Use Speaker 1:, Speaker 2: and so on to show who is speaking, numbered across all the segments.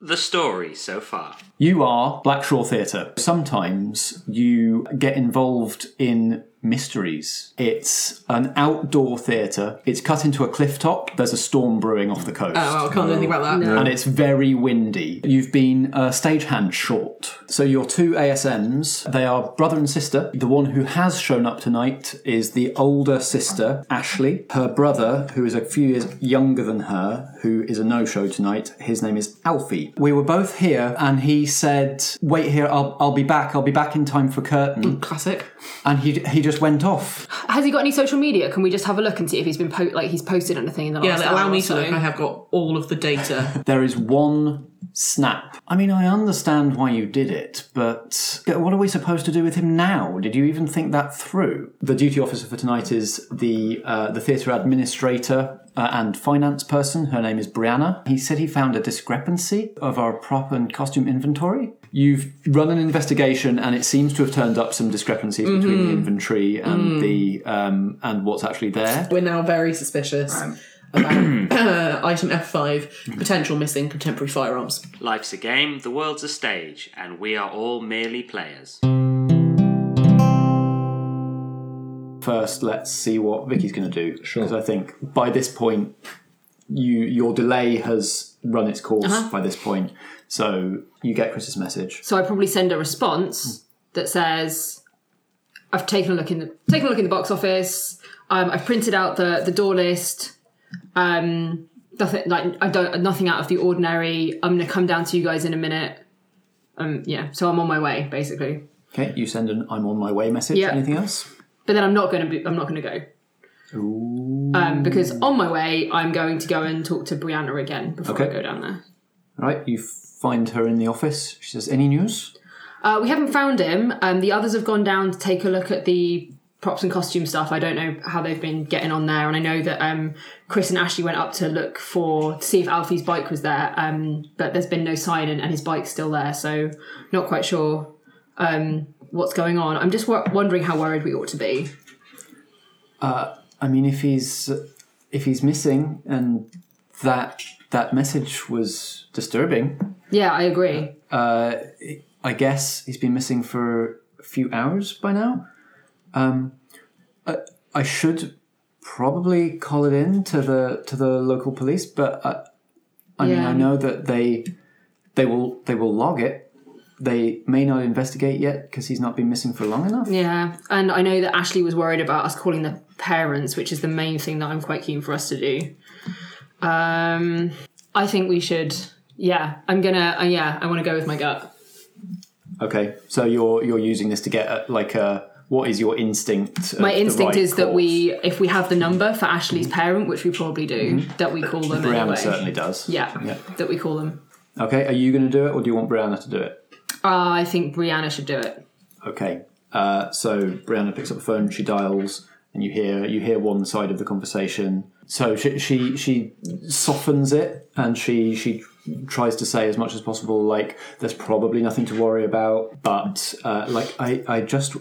Speaker 1: the story so far?
Speaker 2: You are Blackshaw Theatre. Sometimes you get involved in mysteries. It's an outdoor theatre. It's cut into a cliff top. There's a storm brewing off the coast.
Speaker 3: Oh, well, I can't do anything about that.
Speaker 2: And it's very windy. You've been a stagehand short. So your two ASMs, they are brother and sister. The one who has shown up tonight is the older sister, Ashley. Her brother, who is a few years younger than her, who is a no-show tonight, his name is Alfie. We were both here and he said, wait here, I'll, I'll be back. I'll be back in time for curtain.
Speaker 3: Classic.
Speaker 2: And he, he just went off.
Speaker 4: Has he got any social media? Can we just have a look and see if he's been po- like he's posted anything in the
Speaker 3: Yeah,
Speaker 4: last?
Speaker 3: like,
Speaker 4: hour
Speaker 3: allow
Speaker 4: or
Speaker 3: me to
Speaker 4: so?
Speaker 3: look. I have got all of the data.
Speaker 2: There is one snap. I mean, I understand why you did it, but what are we supposed to do with him now? Did you even think that through? The duty officer for tonight is the uh, the theatre administrator. Uh, and finance person, her name is Brianna. He said he found a discrepancy of our prop and costume inventory. You've run an investigation, and it seems to have turned up some discrepancies between the inventory and the um, and what's actually there.
Speaker 3: We're now very suspicious about uh, item F5, potential missing contemporary firearms.
Speaker 1: Life's a game, the world's a stage, and we are all merely players.
Speaker 2: first let's see what Vicky's going to do. Sure. Because I think by this point, you your delay has run its course by this point. So you get Chris's message.
Speaker 4: So I probably send a response that says, "I've taken a look in the taken a look in the box office. Um, I've printed out the the door list. Um, nothing like I don't nothing out of the ordinary. I'm gonna come down to you guys in a minute. Um, yeah. So I'm on my way basically.
Speaker 2: Okay, you send an "I'm on my way" message.
Speaker 4: Yeah.
Speaker 2: Anything else?
Speaker 4: But then I'm not gonna be, I'm not gonna go. Um, because on my way, I'm going to go and talk to Brianna again before I
Speaker 2: Okay.
Speaker 4: go down there.
Speaker 2: All right, you find her in the office. She says, "Any news?"
Speaker 4: Uh, we haven't found him. Um, the others have gone down to take a look at the props and costume stuff. I don't know how they've been getting on there, and I know that um, Chris and Ashley went up to look for to see if Alfie's bike was there, um, but there's been no sign, and, and his bike's still there, so not quite sure um, what's going on. I'm just w- wondering how worried we ought to be.
Speaker 2: I mean, if he's if he's missing and that that message was disturbing,
Speaker 4: Yeah, I agree.
Speaker 2: I guess he's been missing for a few hours by now. Um, I, I should probably call it in to the to the local police, but I, I mean,
Speaker 4: Yeah.
Speaker 2: I know that they they will they will log it. They may not investigate yet because he's not been missing for long enough.
Speaker 4: Yeah, and I know that Ashley was worried about us calling the parents, which is the main thing that I'm quite keen for us to do. Um, I think we should. Yeah, I'm gonna. Uh, yeah, I want to go with my gut.
Speaker 2: Okay, so you're you're using this to get at, like a what is your instinct? of
Speaker 4: My
Speaker 2: the
Speaker 4: instinct
Speaker 2: right
Speaker 4: is that
Speaker 2: course? Mm-hmm.
Speaker 4: we, if we have the number for Ashley's parent, which we probably do, that we call them
Speaker 2: Brianna
Speaker 4: anyway.
Speaker 2: certainly does.
Speaker 4: Yeah, that we call them.
Speaker 2: Okay, are you going to do it or do you want Brianna to do it?
Speaker 4: Uh, I think Brianna should do it.
Speaker 2: Okay. Uh, so Brianna picks up the phone, she dials, and you hear you hear one side of the conversation. So she she, she softens it and she she tries to say as much as possible like there's probably nothing to worry about, but uh, like I I just.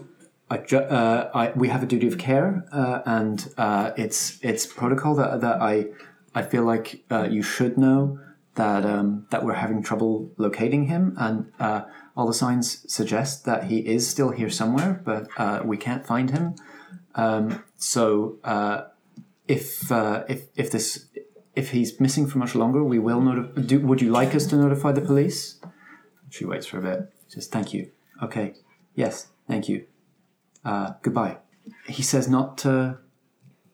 Speaker 2: I, ju- uh, I, we have a duty of care, uh, and uh, it's it's protocol that, that I I feel like uh, you should know that um, that we're having trouble locating him, and uh, all the signs suggest that he is still here somewhere, but uh, we can't find him. Um, so uh, if uh, if if this if he's missing for much longer, we will notify. Do, would you like us to notify the police? She waits for a bit. Says thank you. Okay. Yes. Thank you. Uh, goodbye. He says not to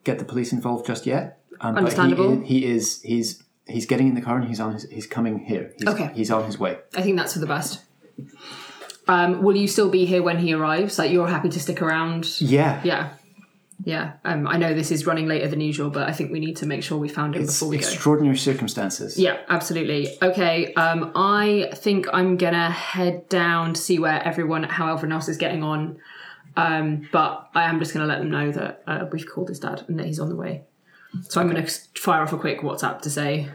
Speaker 2: get the police involved just yet. Um, but he
Speaker 4: Understandable.
Speaker 2: is- he is he's he's getting in the car and he's on his, he's coming here. He's,
Speaker 4: Okay.
Speaker 2: He's on his way.
Speaker 4: I think that's for the best. Um, will you still be here when he arrives? Like you're happy to stick around?
Speaker 2: Yeah.
Speaker 4: Yeah. Yeah. Um, I know this is running later than usual, but I think we need to make sure we found him
Speaker 2: It's
Speaker 4: before we go.
Speaker 2: extraordinary circumstances.
Speaker 4: Yeah, absolutely. Okay, um, I think I'm gonna head down to see where everyone, how everyone else is getting on. Um, but I am just gonna let them know that uh, we've called his dad and that he's on the way. So I'm gonna s- fire off a quick WhatsApp to say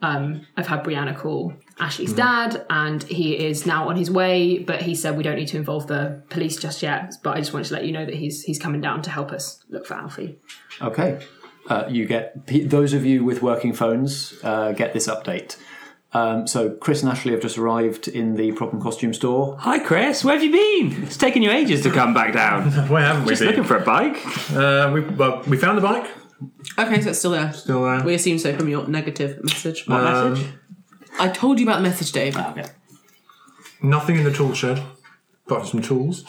Speaker 4: um, I've had Brianna call Ashley's
Speaker 1: Mm-hmm.
Speaker 4: dad, and he is now on his way. But he said we don't need to involve the police just yet. But I just wanted to let you know that he's he's coming down to help us look for Alfie.
Speaker 2: Okay. Uh, you get p- those of you with working phones uh, get this update. Um, so Chris and Ashley have just arrived in the prop and costume store.
Speaker 1: Hi, Chris. Where have you been? It's taken you ages to come back down.
Speaker 5: Where haven't we
Speaker 1: Just looking
Speaker 5: been?
Speaker 1: for a bike.
Speaker 5: Uh, we, well, we found the bike.
Speaker 3: Okay, so it's still there.
Speaker 5: Still there.
Speaker 3: We assume so from your negative message.
Speaker 5: Um, Ah.
Speaker 1: message?
Speaker 3: I told you about the message, Dave.
Speaker 1: Okay.
Speaker 5: Nothing in the tool shed. Got some tools.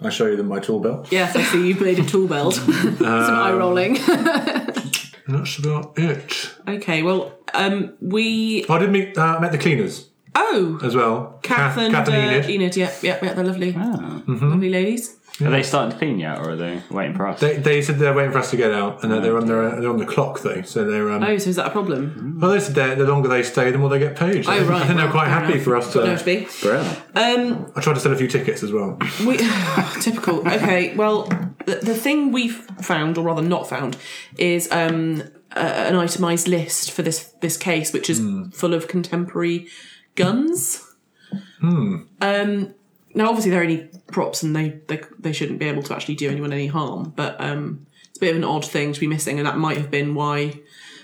Speaker 5: I show you them my tool belt.
Speaker 3: Yes, I see you've made a tool belt.
Speaker 4: Some
Speaker 5: Um,
Speaker 4: eye rolling.
Speaker 5: And that's about it.
Speaker 3: okay, well, um, we.
Speaker 5: I did meet uh, I met the cleaners
Speaker 3: Oh!
Speaker 5: as well.
Speaker 3: Kath and
Speaker 5: Kath
Speaker 3: uh,
Speaker 5: and Enid. Ah. Mm-hmm.
Speaker 3: Enid, yeah, yeah, yeah, they're lovely. Lovely ladies.
Speaker 1: Are they starting to clean yet, or are they waiting for us?
Speaker 5: They, they said they're waiting for us to get out, and that they're on their they're on the clock though. So they're um,
Speaker 3: Oh, so is that a problem?
Speaker 5: well, they said they're- the longer they stay, the more they get paid. So
Speaker 3: Oh, right,
Speaker 5: I think they're
Speaker 3: well,
Speaker 5: quite
Speaker 3: fair
Speaker 5: happy
Speaker 3: enough.
Speaker 5: for us to.
Speaker 3: No, to be.
Speaker 1: Brilliant.
Speaker 3: Um,
Speaker 5: I tried to sell a few tickets as well.
Speaker 3: We, typical. Okay, well, the, the thing we've found, or rather not found, is um, a, an itemised list for this this case, which is full of contemporary guns. Hmm. Um, now, obviously, they're only props, and they, they they shouldn't be able to actually do anyone any harm. But um, it's a bit of an odd thing to be missing, and that might have been why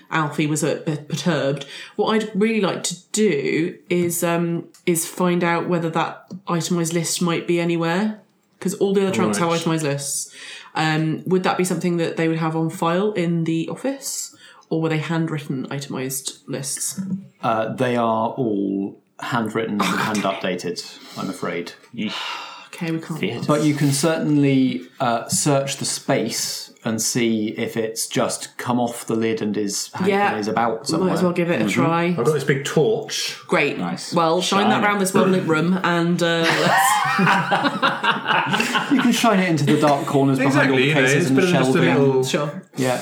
Speaker 3: Alfie was a bit perturbed. What I'd really like to do is um, is find out whether that itemised list might be anywhere because all the other trunks
Speaker 5: Right.
Speaker 3: have itemised lists. Um, would that be something that they would have on file in the office, or were they handwritten itemised lists?
Speaker 2: Uh, they are all handwritten and hand updated, I'm afraid.
Speaker 3: Okay, we can't.
Speaker 2: But you can certainly uh, search the space and see if it's just come off the lid and is hang-
Speaker 3: Yeah.
Speaker 2: and is about somewhere.
Speaker 3: Might as well give it a try.
Speaker 5: I've got this big torch.
Speaker 3: Great.
Speaker 1: Nice.
Speaker 3: Well, shine,
Speaker 1: Shine
Speaker 3: that
Speaker 1: it.
Speaker 3: round this well lit room and uh, let's.
Speaker 2: You can shine it into the dark corners behind all
Speaker 5: Exactly,
Speaker 2: the
Speaker 5: you know,
Speaker 2: cases
Speaker 5: it's
Speaker 2: and the
Speaker 5: better than just a
Speaker 2: shelving.
Speaker 5: little.
Speaker 3: sure.
Speaker 2: Yeah,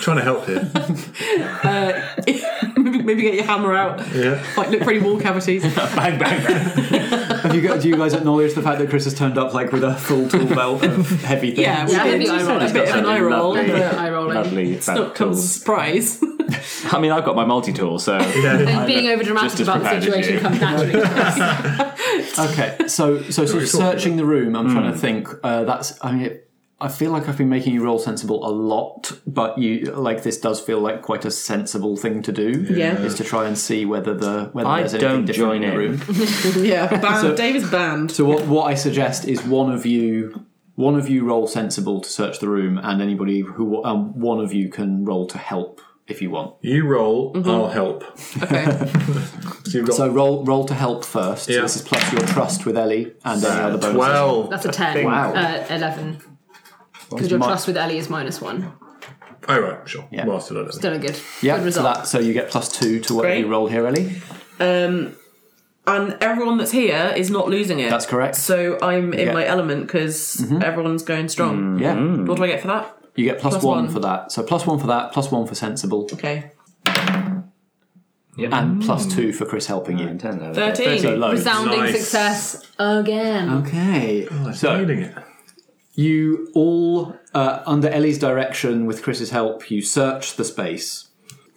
Speaker 5: Trying to help here.
Speaker 3: uh, maybe, maybe get your hammer out.
Speaker 5: Yeah.
Speaker 3: Like, look for any wall cavities.
Speaker 1: bang, bang, bang.
Speaker 2: have you got, do you guys acknowledge the fact that Chris has turned up like with a full tool belt of heavy things?
Speaker 3: Yeah, we
Speaker 4: Yeah,
Speaker 3: did.
Speaker 4: heavy eye roll.
Speaker 3: a bit of an eye roll.
Speaker 1: Lovely,
Speaker 3: but
Speaker 4: Eye rolling.
Speaker 1: lovely
Speaker 3: It's not come as a surprise.
Speaker 1: I mean, I've got my multi tool, so.
Speaker 4: And being over dramatic
Speaker 1: Just as
Speaker 4: about the
Speaker 1: prepared as
Speaker 4: situation
Speaker 1: you.
Speaker 4: comes naturally.
Speaker 2: Okay, so so sort
Speaker 5: we're
Speaker 2: of
Speaker 5: talking
Speaker 2: searching the room. I'm
Speaker 1: Hmm.
Speaker 2: trying to think. Uh, that's. I mean, it, I feel like I've been making you roll sensible a lot, but you like this does feel like quite a sensible thing to do.
Speaker 3: Yeah.
Speaker 2: is to try and see whether the whether
Speaker 1: I
Speaker 2: there's anything
Speaker 1: don't join
Speaker 2: different in the
Speaker 1: in.
Speaker 2: room.
Speaker 3: yeah, banned. Dave is banned.
Speaker 2: So what what I suggest is one of you. One of you roll sensible to search the room, and anybody who um, one of you can roll to help if you want.
Speaker 5: You roll,
Speaker 3: Mm-hmm.
Speaker 5: I'll help.
Speaker 3: Okay.
Speaker 5: So you've got
Speaker 2: So roll roll to help first. So
Speaker 5: Yeah.
Speaker 2: this is plus your trust with Ellie and any other bonuses.
Speaker 5: twelve.
Speaker 4: That's a 10.
Speaker 2: Wow.
Speaker 4: Uh, 11. Because your
Speaker 2: my-
Speaker 4: trust with Ellie is minus one.
Speaker 5: Oh right, sure. Yeah. Well, I still don't know.
Speaker 4: Still a good, good
Speaker 2: Yeah, so,
Speaker 4: result.
Speaker 2: that, so you get plus two to whatever
Speaker 3: Great.
Speaker 2: you roll here, Ellie.
Speaker 3: um, and everyone that's here is not losing it.
Speaker 2: That's correct.
Speaker 3: So I'm in
Speaker 2: Yeah. Mm-hmm. Mm.
Speaker 3: my element because everyone's going strong.
Speaker 2: Yeah,
Speaker 1: Hmm.
Speaker 3: What do I get for that?
Speaker 2: you get plus,
Speaker 3: Plus
Speaker 2: plus
Speaker 3: one.
Speaker 2: one, for that. So plus one for that, plus one for sensible,
Speaker 3: Okay.
Speaker 2: and plus
Speaker 3: Hmm.
Speaker 2: two for Chris helping you.
Speaker 3: 13.
Speaker 2: So low.
Speaker 4: Resounding
Speaker 5: Nice.
Speaker 4: success again.
Speaker 2: Um, Okay, so
Speaker 5: Hiding it.
Speaker 2: you all, uh, under Ellie's direction, with Chris's help, you search the space.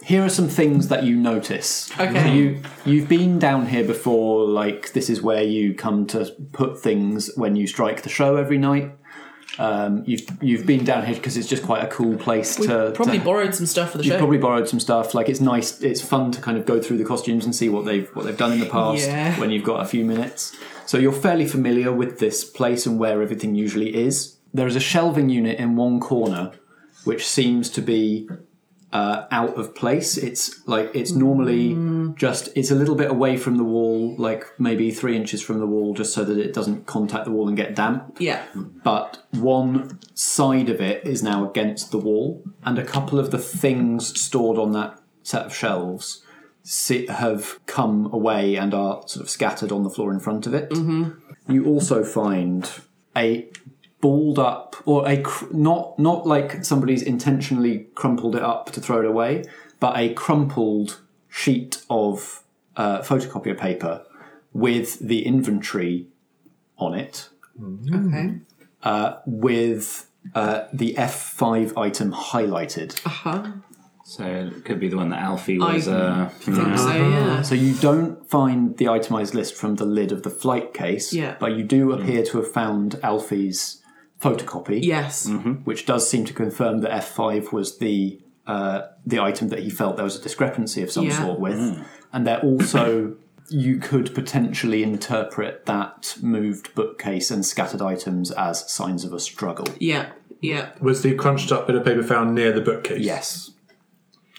Speaker 2: Here are some things that you notice.
Speaker 3: Okay.
Speaker 2: So you you've been down here before. Like this is where you come to put things when you strike the show every night. Um, you've you've been down here because it's just quite a cool place to
Speaker 3: Probably
Speaker 2: to
Speaker 3: borrowed some stuff for the
Speaker 2: You've
Speaker 3: show.
Speaker 2: probably borrowed some stuff. Like it's nice, it's fun to kind of go through the costumes and see what they've what they've done in the past
Speaker 3: Yeah.
Speaker 2: when you've got a few minutes. So you're fairly familiar with this place and where everything usually is. There is a shelving unit in one corner, which seems to be uh, out of place. It's like it's normally just it's a little bit away from the wall, like maybe three inches from the wall, just so that it doesn't contact the wall and get damp
Speaker 3: yeah.
Speaker 2: but one side of it is now against the wall, and a couple of the things stored on that set of shelves sit, have come away and are sort of scattered on the floor in front of it. You also find a balled up, or a cr- not not like somebody's intentionally crumpled it up to throw it away, but a crumpled sheet of uh, photocopier paper with the inventory on it
Speaker 3: Okay.
Speaker 2: with uh, the F5 item highlighted.
Speaker 3: Huh?
Speaker 1: So it could be the one that Alfie was.
Speaker 3: I-
Speaker 1: Uh,
Speaker 3: So yeah.
Speaker 2: So you don't find the itemized list from the lid of the flight case,
Speaker 3: Yeah.
Speaker 2: but you do appear to have found Alfie's photocopy,
Speaker 3: Yes.
Speaker 2: which does seem to confirm that F5 was the uh, the item that he felt there was a discrepancy of some
Speaker 3: Yeah.
Speaker 2: sort with. and they're also you could potentially interpret that moved bookcase and scattered items as signs of a struggle.
Speaker 3: Yeah, yeah.
Speaker 5: Was the crunched up bit of paper found near the bookcase?
Speaker 2: Yes.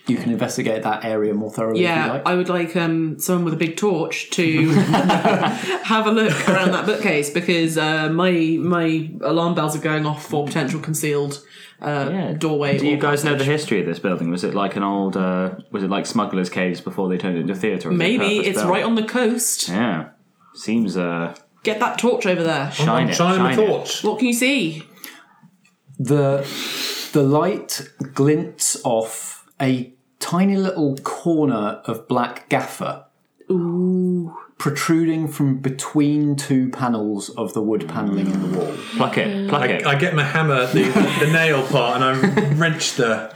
Speaker 2: You can investigate that area more thoroughly if you
Speaker 3: Yeah,
Speaker 2: like.
Speaker 3: I would like um, someone with a big torch to have a look around that bookcase because uh, my my alarm bells are going off for potential concealed uh, doorway.
Speaker 6: Do you
Speaker 3: or-
Speaker 6: guys know the history of this building? Was it like an old, uh, was it like smugglers' caves before they turned it into theatre? or was it
Speaker 3: Maybe
Speaker 6: purpose
Speaker 3: it's
Speaker 6: built?
Speaker 3: right on the coast.
Speaker 6: Yeah, seems uh,
Speaker 3: Get that torch over there.
Speaker 6: shine it,
Speaker 5: Shine
Speaker 6: shine
Speaker 5: the
Speaker 6: it.
Speaker 5: torch.
Speaker 3: What can you see?
Speaker 2: The the light glints off a tiny little corner of black gaffer. Protruding from between two panels of the wood panelling in the wall.
Speaker 6: Pluck
Speaker 3: Mm.
Speaker 6: it, pluck it.
Speaker 5: I get my hammer, the, the nail part, and I wrench the,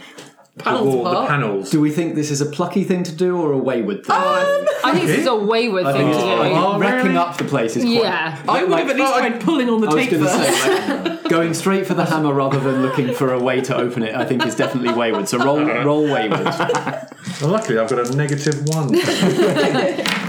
Speaker 5: the
Speaker 4: Panels
Speaker 5: wall, the
Speaker 4: part.
Speaker 5: panels.
Speaker 2: Do we think this is a plucky thing to do or a wayward thing?
Speaker 4: I think this is a wayward
Speaker 2: I
Speaker 4: thing
Speaker 2: think
Speaker 4: to do.
Speaker 2: it's like wrecking
Speaker 5: really?
Speaker 2: up the place is quite.
Speaker 4: Yeah.
Speaker 3: I would have at least tried pulling on the
Speaker 2: I was
Speaker 3: tape
Speaker 2: going to
Speaker 3: first.
Speaker 2: say, like, going straight for the hammer rather than looking for a way to open it, I think is definitely wayward. So roll, roll wayward.
Speaker 5: Well, luckily, I've got a negative one.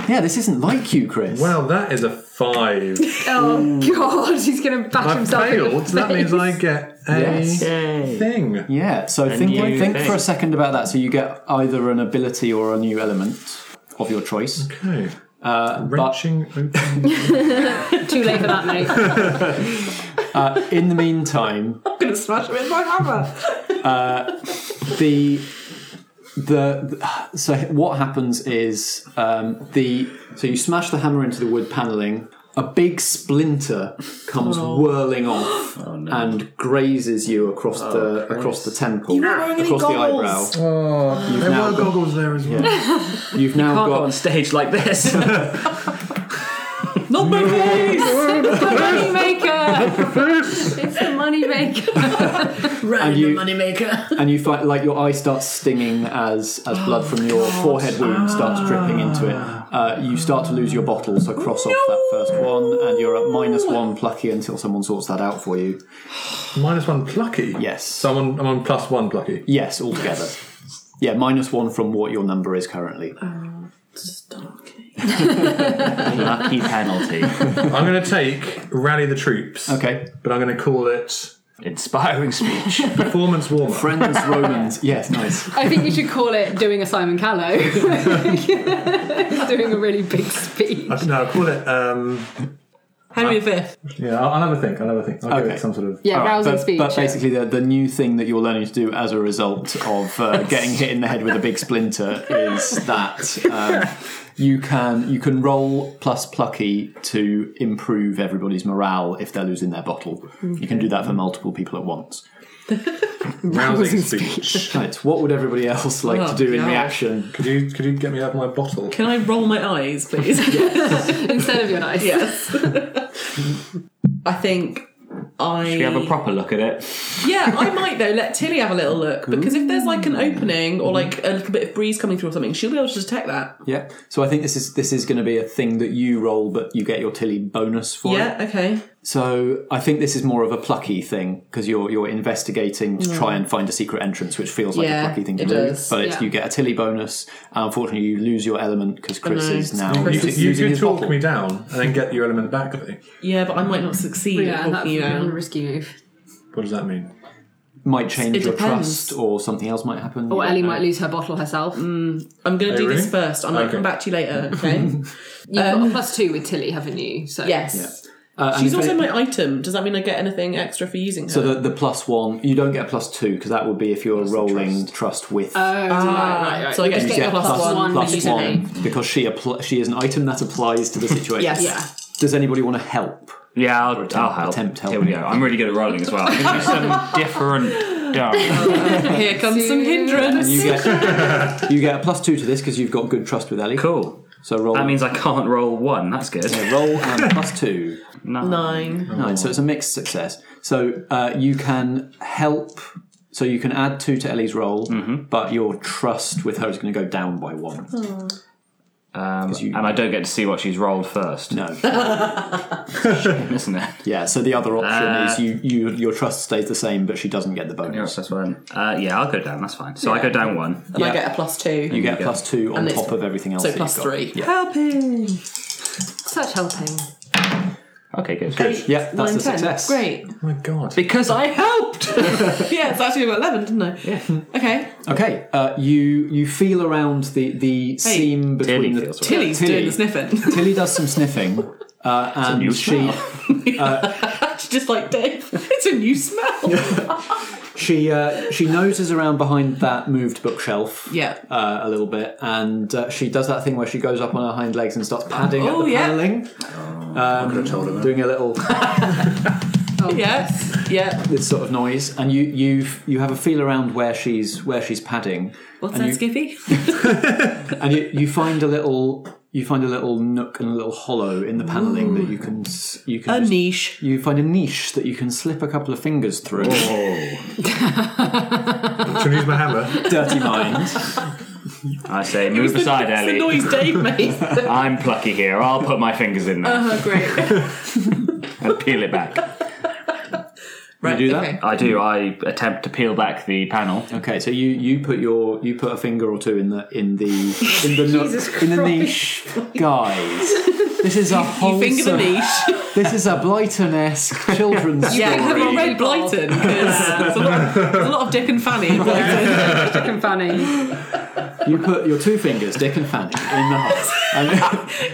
Speaker 2: Yeah, this isn't like you, Chris.
Speaker 5: well, that is a five.
Speaker 4: Oh god, he's gonna bash
Speaker 5: I
Speaker 4: himself. in the
Speaker 5: failed. so That means
Speaker 4: face.
Speaker 5: I get a
Speaker 2: Yes.
Speaker 6: Yay.
Speaker 5: thing.
Speaker 2: Yeah, so think,
Speaker 6: new
Speaker 2: think
Speaker 6: thing.
Speaker 2: for a second about that. So you get either an ability or a new element of your choice.
Speaker 5: Okay. Wrenching open.
Speaker 4: Too late for that, mate.
Speaker 2: In the meantime,
Speaker 3: I'm going to smash it with my hammer.
Speaker 2: the the so what happens is um, the so you smash the hammer into the wood paneling. A big splinter comes
Speaker 6: Oh.
Speaker 2: whirling off and grazes you across
Speaker 6: Oh,
Speaker 2: the across the temple, across the eyebrow.
Speaker 5: Oh, there
Speaker 2: now
Speaker 5: were
Speaker 2: got-
Speaker 5: goggles there as well.
Speaker 2: You've now
Speaker 6: Can't go
Speaker 2: got
Speaker 6: on stage like this.
Speaker 3: Not my face!
Speaker 4: moneymaker! it's the moneymaker.
Speaker 2: and you
Speaker 6: Moneymaker.
Speaker 2: and you find like your eye starts stinging as as blood from your forehead wound starts dripping into it. Uh, you start to lose your bottle, so cross off that first one, and you're at minus one plucky until someone sorts that out for you.
Speaker 5: Minus one plucky.
Speaker 2: Yes.
Speaker 5: So I'm on, I'm on plus one plucky.
Speaker 2: Yes, altogether. Yeah, minus one from what your number is currently.
Speaker 6: Lucky penalty.
Speaker 5: I'm going to take Rally the Troops,
Speaker 2: Okay.
Speaker 5: but I'm going to call it
Speaker 6: Inspiring speech.
Speaker 5: Performance Warm Up.
Speaker 2: Friends, Romans. Yes, nice.
Speaker 4: I think you should call it doing a Simon Callow. doing a really big speech.
Speaker 5: No, I'll call it. Um,
Speaker 3: Henry V.
Speaker 5: yeah, I'll, I'll have a think. I'll have a think. I'll give
Speaker 2: Okay.
Speaker 5: it some sort of.
Speaker 4: Yeah, rousing
Speaker 2: but,
Speaker 4: speech.
Speaker 2: but
Speaker 4: yeah.
Speaker 2: Ah, basically, the, the new thing that you're learning to do as a result of uh, getting hit in the head with a big splinter is that um, you can you can roll plus plucky to improve everybody's morale if they're losing their bottle. You can do that for multiple people at once.
Speaker 5: Rousing speech.
Speaker 2: Right, what would everybody else like to do in
Speaker 3: Oh, God.
Speaker 2: reaction?
Speaker 5: could you could you get me out of my bottle?
Speaker 3: Can I roll my eyes, please?
Speaker 4: Instead of your nice.
Speaker 3: Yes. I think I.
Speaker 6: we have a proper look at it.
Speaker 3: Yeah, I might though let Tilly have a little look because if there's like an opening
Speaker 2: Mm-hmm.
Speaker 3: or like a little bit of breeze coming through or something, she'll be able to detect that.
Speaker 2: Yeah. So I think this is this is going to be a thing that you roll, but you get your Tilly bonus for it.
Speaker 3: Yeah, okay.
Speaker 2: So I think this is more of a plucky thing because you're you're investigating to try and find a secret entrance, which feels like
Speaker 3: Yeah,
Speaker 2: a plucky thing to
Speaker 3: it
Speaker 2: do.
Speaker 3: does,
Speaker 2: But it's,
Speaker 4: yeah.
Speaker 2: you get a Tilly bonus. Unfortunately, you lose your element because Chris
Speaker 3: know.
Speaker 2: is now
Speaker 5: You,
Speaker 2: using
Speaker 5: could- you
Speaker 2: using
Speaker 5: could
Speaker 2: his
Speaker 5: talk
Speaker 2: bottle.
Speaker 5: me down and then get your element back. Though.
Speaker 3: Yeah, but I might not succeed
Speaker 4: Yeah,
Speaker 3: at
Speaker 4: that's
Speaker 3: talking you
Speaker 4: a
Speaker 3: down.
Speaker 4: risky move.
Speaker 5: What does that mean?
Speaker 2: Might change
Speaker 3: It
Speaker 2: your
Speaker 3: depends.
Speaker 2: trust, or something else might happen. You
Speaker 4: Or
Speaker 2: don't
Speaker 4: Ellie
Speaker 2: know.
Speaker 4: might lose her bottle herself.
Speaker 3: I'm
Speaker 2: Oh,
Speaker 3: going to do this
Speaker 5: really?
Speaker 3: first. I might
Speaker 5: Okay.
Speaker 3: come back to you later, okay? Um,
Speaker 4: You've got a plus two with Tilly, haven't you? So
Speaker 3: yes.
Speaker 2: Uh, and
Speaker 3: She's
Speaker 2: if
Speaker 3: also
Speaker 2: any-
Speaker 3: my item. Does that mean I get anything extra for using her?
Speaker 2: So the, the plus one, you don't get plus two because that would be if you're rolling trust. with.
Speaker 4: Oh, right, right, right.
Speaker 3: so I
Speaker 4: You
Speaker 3: get
Speaker 4: just
Speaker 3: to
Speaker 4: get,
Speaker 3: get
Speaker 4: a plus,
Speaker 3: plus
Speaker 4: plus one,
Speaker 2: plus
Speaker 4: for Tilly.
Speaker 2: one, because she appl- she is an item that applies to the situation.
Speaker 3: Yes.
Speaker 4: Yeah.
Speaker 2: Does anybody want to help?
Speaker 6: Yeah, I'll, I'll help.
Speaker 2: attempt help.
Speaker 6: Here we go. I'm really good at rolling as well. I'm gonna do some different. Yeah.
Speaker 3: Here comes some hindrance.
Speaker 2: You get you get a plus two to this because you've got good trust with Ellie.
Speaker 6: Cool.
Speaker 2: So roll.
Speaker 6: That means I can't roll one. That's good.
Speaker 2: roll and plus two.
Speaker 6: No.
Speaker 3: Nine.
Speaker 2: Nine. So it's a mixed success. So uh, you can help. So you can
Speaker 3: Oh.
Speaker 2: add two to Ellie's roll, but your trust with her is going to go down by one.
Speaker 6: Um,
Speaker 2: you-
Speaker 6: and I don't get to see what she's rolled first,
Speaker 2: No.
Speaker 6: isn't it?
Speaker 2: yeah. So the other option is you, you your trust stays the same, but she doesn't get the
Speaker 6: Yeah,
Speaker 2: bonus.
Speaker 6: that's fine. Uh, yeah, I'll go down. That's fine. So I go down one.
Speaker 3: And I
Speaker 2: Yeah.
Speaker 3: get a plus two.
Speaker 2: You get plus two on
Speaker 3: And it's-
Speaker 2: top of everything else.
Speaker 3: so
Speaker 2: that
Speaker 3: plus
Speaker 2: you've got.
Speaker 3: three.
Speaker 2: Yeah.
Speaker 3: Helping.
Speaker 4: Such helping.
Speaker 6: Okay, good.
Speaker 2: Yeah, that's
Speaker 4: One
Speaker 2: a
Speaker 4: ten.
Speaker 2: success.
Speaker 3: Great.
Speaker 5: Oh my god.
Speaker 6: Because I helped.
Speaker 3: Yeah, it's actually about eleven, didn't I? Yeah. Okay.
Speaker 2: Okay, uh, you you feel around the the seam between
Speaker 6: Tilly
Speaker 2: the
Speaker 6: feels right.
Speaker 3: Tilly's doing the sniffing.
Speaker 2: Tilly does some sniffing, uh, and she
Speaker 3: She's Uh, just like Dave. It's a new smell.
Speaker 2: she uh, she noses around behind that moved bookshelf.
Speaker 3: Yeah.
Speaker 2: Uh, a little bit, and uh, she does that thing where she goes up on her hind legs and starts padding at
Speaker 3: Oh,
Speaker 2: the
Speaker 3: yeah.
Speaker 2: paneling,
Speaker 5: Oh, I could have told her that.
Speaker 2: doing a little
Speaker 3: Oh, yes. Yeah.
Speaker 2: this sort of noise, and you you you have a feel around where she's where she's padding,
Speaker 3: What's
Speaker 2: And
Speaker 3: that,
Speaker 2: you-
Speaker 3: Skippy?
Speaker 2: and you, you find a little you find a little nook and a little hollow in the paneling that you can s- you can
Speaker 3: A
Speaker 2: just-
Speaker 3: niche.
Speaker 2: you find a niche that you can slip a couple of fingers through.
Speaker 5: Oh. Should I use my hammer?
Speaker 2: Dirty mind.
Speaker 6: I say, move aside,
Speaker 3: it's the
Speaker 6: Ellie.
Speaker 3: noise Dave makes.
Speaker 2: Uh-huh,
Speaker 6: I'm plucky here. I'll put my fingers in there
Speaker 3: oh, great.
Speaker 6: and peel it back.
Speaker 3: Right.
Speaker 2: do that?
Speaker 3: Okay.
Speaker 6: I do. I attempt to peel back the panel.
Speaker 2: Okay, so you, you put your you put a finger or two in the in the in the nook,
Speaker 4: Jesus
Speaker 2: in the
Speaker 4: Christ.
Speaker 2: niche, guys. This is a
Speaker 3: You finger the
Speaker 2: wholesome.
Speaker 3: niche.
Speaker 2: This is a Blyton-esque children's
Speaker 3: yeah, have
Speaker 2: story.
Speaker 3: you read
Speaker 4: People.
Speaker 3: Blyton? 'Cause there's, a lot- there's a lot of Dick and Fanny in Blyton.
Speaker 4: Dick and Fanny.
Speaker 2: You put your two fingers, Dick and Fanny, in the hole. And-
Speaker 3: you know,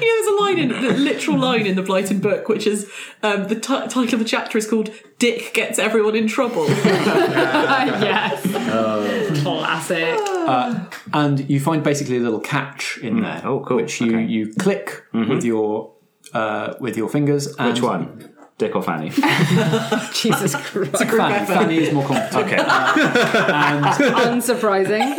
Speaker 3: there's a line in the literal line in the Blyton book, which is um, the ti title of the chapter is called "Dick Gets Everyone in Trouble."
Speaker 4: yes. Classic.
Speaker 2: and you find basically a little catch in there.
Speaker 6: Oh, cool.
Speaker 2: Which you
Speaker 6: Okay. Mm-hmm.
Speaker 2: you click with your uh, with your fingers. And
Speaker 6: Which one? Dick or Fanny?
Speaker 4: Jesus Christ.
Speaker 2: Fanny, Fanny is more competent.
Speaker 6: Okay.
Speaker 4: Unsurprising.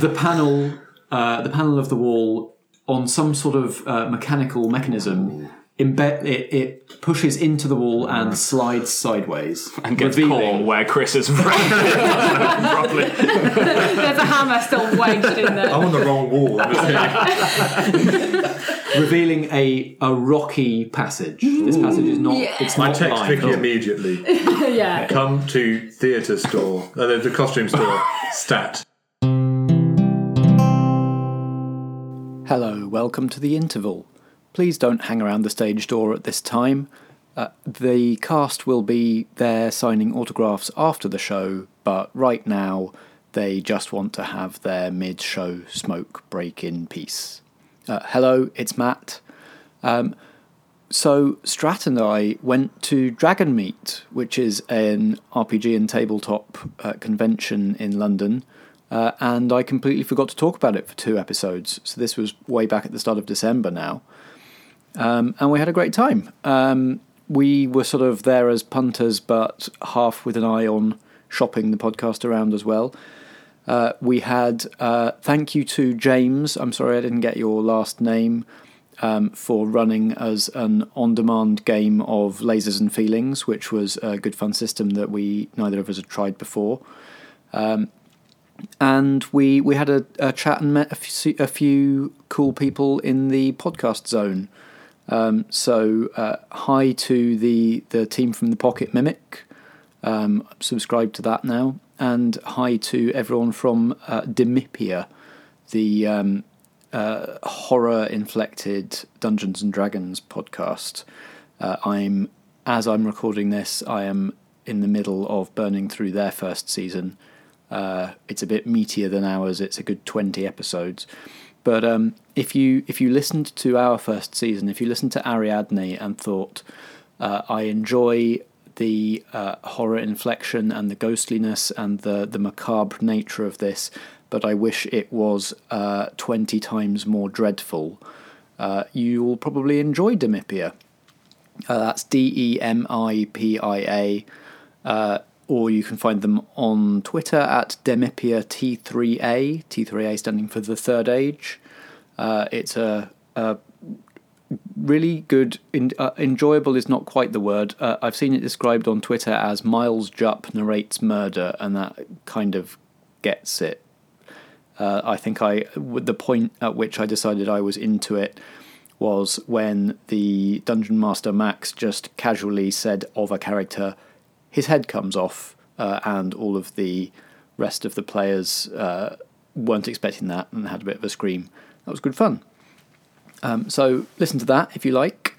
Speaker 2: the panel, uh, the panel of the wall, on some sort of uh, mechanical mechanism, embed it, it pushes into the wall and slides sideways
Speaker 6: and gets caught where Chris is properly.
Speaker 4: There's a hammer still wedged in there.
Speaker 5: I'm on the wrong wall.
Speaker 2: revealing a a rocky passage. This passage is not.
Speaker 4: Yeah.
Speaker 2: It's
Speaker 5: I
Speaker 2: not
Speaker 5: text
Speaker 2: lined.
Speaker 5: Vicky immediately.
Speaker 4: Yeah.
Speaker 5: Come to theatre store, uh, the- the costume store, stat.
Speaker 2: Hello, welcome to the interval. Please don't hang around the stage door at this time. Uh, the cast will be there signing autographs after the show, but right now they just want to have their mid show smoke break in peace. Uh, hello, it's Matt. So Strat and I went to Dragon Meet, which is an RPG and tabletop uh, convention in London, uh, and I completely forgot to talk about it for two episodes. So this was way back at the start of December now, um, and we had a great time. Um, we were sort of there as punters, but half with an eye on shopping the podcast around as well. Uh, we had uh, thank you to James. I'm sorry I didn't get your last name um, for running as an on-demand game of Lasers and Feelings, which was a good fun system that we neither of us had tried before. Um, and we we had a, a chat and met a few, a few cool people in the podcast zone. Um, so uh, hi to the the team from the Pocket Mimic. Um, subscribe to that now, and hi to everyone from uh, Demipia, the um, horror inflected Dungeons and Dragons podcast. Uh, I'm as I'm recording this, I am in the middle of burning through their first season. Uh, it's a bit meatier than ours. It's a good twenty episodes. But um, if you if you listened to our first season, if you listened to Ariadne and thought, uh, I enjoy the uh, horror inflection and the ghostliness and the, the macabre nature of this, but I wish it was uh, 20 times more dreadful. Uh, you will probably enjoy Demipia. Uh, that's D E M I P I A. Uh, or you can find them on Twitter at Demipia T3A, T3A standing for the Third Age. Uh, it's a really good. In, uh, enjoyable is not quite the word. Uh, I've seen it described on Twitter as Miles Jupp narrates murder, and that kind of gets it. Uh, I think I w- the point at which I decided I was into it was when the dungeon master Max just casually said of a character, his head comes off, uh, and all of the rest of the players uh, weren't expecting that and had a bit of a scream. That was good fun. Um, so listen to that if you like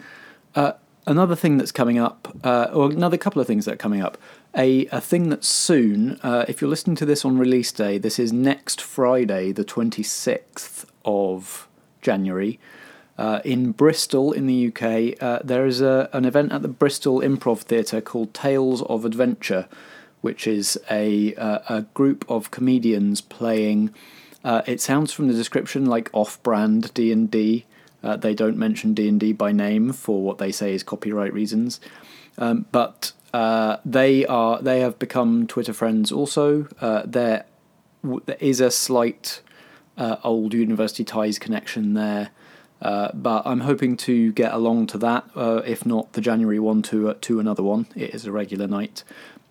Speaker 2: another thing that's coming up, uh, or another couple of things that are coming up. A, a thing that's soon, uh, if you're listening to this on release day, this is next Friday, the 26th of January. Uh, in Bristol, in the UK, uh, there is a, an event at the Bristol Improv Theatre called Tales of Adventure, which is a, uh, a group of comedians playing. Uh, it sounds from the description like off-brand D and D. Uh, They don't mention D and D by name for what they say is copyright reasons, um, but uh, they are they have become Twitter friends. Also, uh, there w- there is a slight uh, old university ties connection there. Uh, but I'm hoping to get along to that, uh, if not the January one to uh, to another one. It is a regular night,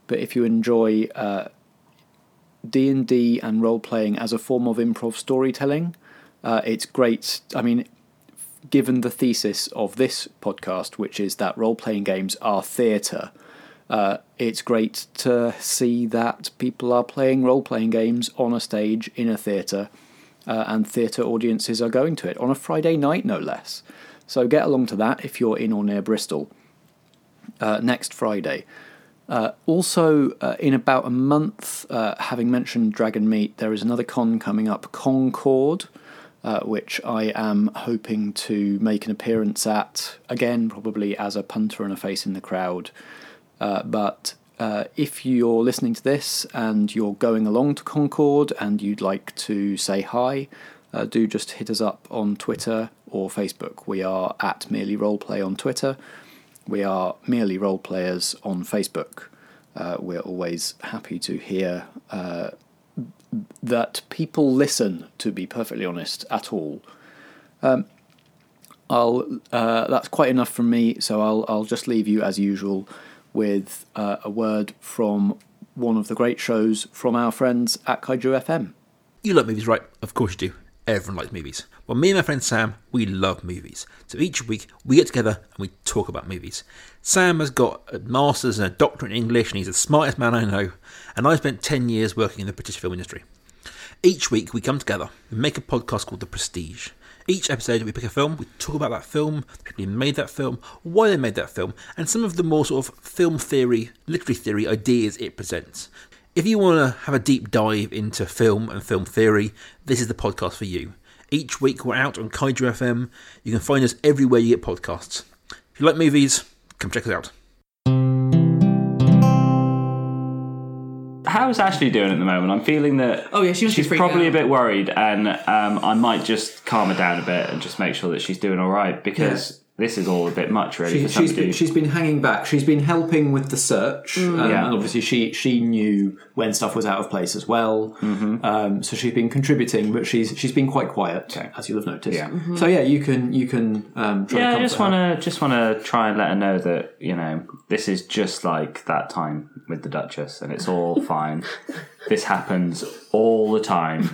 Speaker 2: but if you enjoy uh, D and D and role playing as a form of improv storytelling, uh, it's great. I mean, given the thesis of this podcast, which is that role playing games are theatre, uh, it's great to see that people are playing role playing games on a stage in a theatre, uh, and theatre audiences are going to it on a Friday night, no less. So get along to that if you're in or near Bristol uh, next Friday. Uh, also, uh, in about a month, uh, having mentioned Dragon Meat, there is another con coming up, Concord, uh, which I am hoping to make an appearance at, again, probably as a punter and a face in the crowd. Uh, but uh, if you're listening to this and you're going along to Concord and you'd like to say hi, uh, do just hit us up on Twitter or Facebook. We are at Merely Roleplay on Twitter. We are merely role players on Facebook. Uh, we're always happy to hear uh, that people listen, to be perfectly honest, at all. Um, I'll, uh, that's quite enough from me, so I'll, I'll just leave you as usual with uh, a word from one of the great shows from our friends at Kaiju FM.
Speaker 7: You love movies, right? Of course you do. Everyone likes movies. Well, me and my friend Sam, we love movies. So each week we get together and we talk about movies. Sam has got a master's and a doctorate in English, and he's the smartest man I know. And I spent 10 years working in the British film industry. Each week we come together and make a podcast called The Prestige. Each episode we pick a film, we talk about that film, the people who made that film, why they made that film, and some of the more sort of film theory, literary theory ideas it presents. If you want to have a deep dive into film and film theory, this is the podcast for you. Each week we're out on Kaiju FM. You can find us everywhere you get podcasts. If you like movies, come check us out.
Speaker 6: How's Ashley doing at the moment? I'm feeling that.
Speaker 3: Oh, yeah, she must be
Speaker 6: she's
Speaker 3: freaking
Speaker 6: probably
Speaker 3: out.
Speaker 6: a bit worried, and um, I might just calm her down a bit and just make sure that she's doing all right because this is all a bit much, really,
Speaker 8: She,
Speaker 6: for
Speaker 8: she's
Speaker 6: somebody.
Speaker 8: been, she's been hanging back. She's been helping with the search, um,
Speaker 6: Mm. Yeah.
Speaker 8: and obviously she she knew when stuff was out of place as well.
Speaker 6: Mm-hmm.
Speaker 8: Um, so she's been contributing, but she's she's been quite quiet, as you'll have noticed.
Speaker 6: Yeah.
Speaker 8: So yeah, you can you can um, try and
Speaker 6: Mm-hmm. yeah, I
Speaker 8: comfort
Speaker 6: just
Speaker 8: her.
Speaker 6: want to just want to try and let her know that you know this is just like that time with the Duchess, and it's all fine. This happens all the time.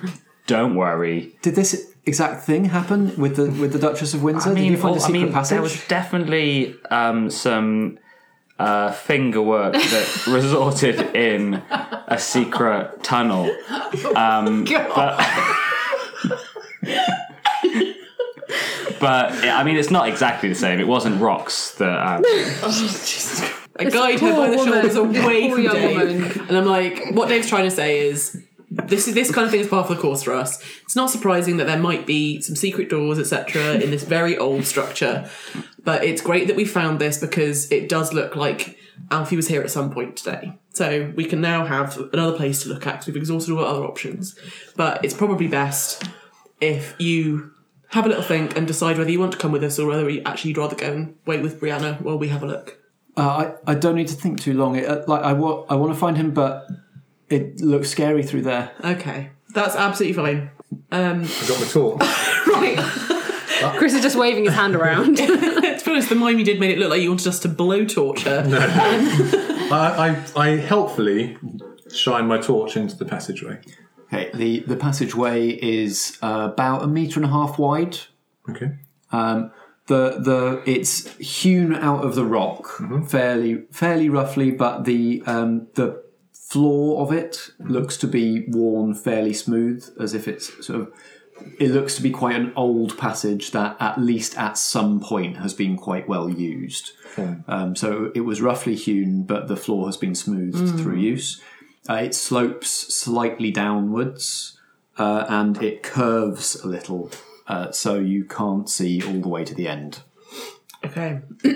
Speaker 6: Don't worry.
Speaker 8: Did this exact thing happen with the with the Duchess of Windsor? Did you find
Speaker 6: all-
Speaker 8: a secret passage?
Speaker 6: oh, there was definitely um, some uh, finger work that resulted in a secret tunnel. Um, But I mean, it's not exactly the same. It wasn't rocks that. Um,
Speaker 3: I guide her by the
Speaker 4: poor
Speaker 3: shoulders
Speaker 4: woman.
Speaker 3: away
Speaker 4: Poor
Speaker 3: from
Speaker 4: young
Speaker 3: Dave.
Speaker 4: woman.
Speaker 3: And I'm like, what Dave's trying to say is this is this kind of thing is part of the course for us. It's not surprising that there might be some secret doors, etc., in this very old structure. But it's great that we found this because it does look like Alfie was here at some point today. So we can now have another place to look at 'cause we've exhausted all other options. But it's probably best if you have a little think and decide whether you want to come with us or whether you actually you'd rather go and wait with Brianna while we have a look.
Speaker 8: Uh, I, I don't need to think too long. It, uh, like I wa- I want to find him, but it looks scary through there.
Speaker 3: Okay, that's absolutely fine.
Speaker 5: I got my torch.
Speaker 4: Chris is just waving his hand around.
Speaker 3: to be honest, the mime you did made it look like you wanted us to blow torture.
Speaker 5: I, I, I helpfully shine my torch into the passageway.
Speaker 2: Okay, the, the passageway is uh, about a metre and a half wide.
Speaker 5: Okay.
Speaker 2: The, the it's hewn out of the rock fairly fairly roughly, but the um, the floor of it looks to be worn fairly smooth, as if it's sort of it looks to be quite an old passage that at least at some point has been quite well used. Um, so it was roughly hewn, but the floor has been smoothed through use. Uh, it slopes slightly downwards uh, and it curves a little, uh, so you can't see all the way to the end.
Speaker 3: Okay. so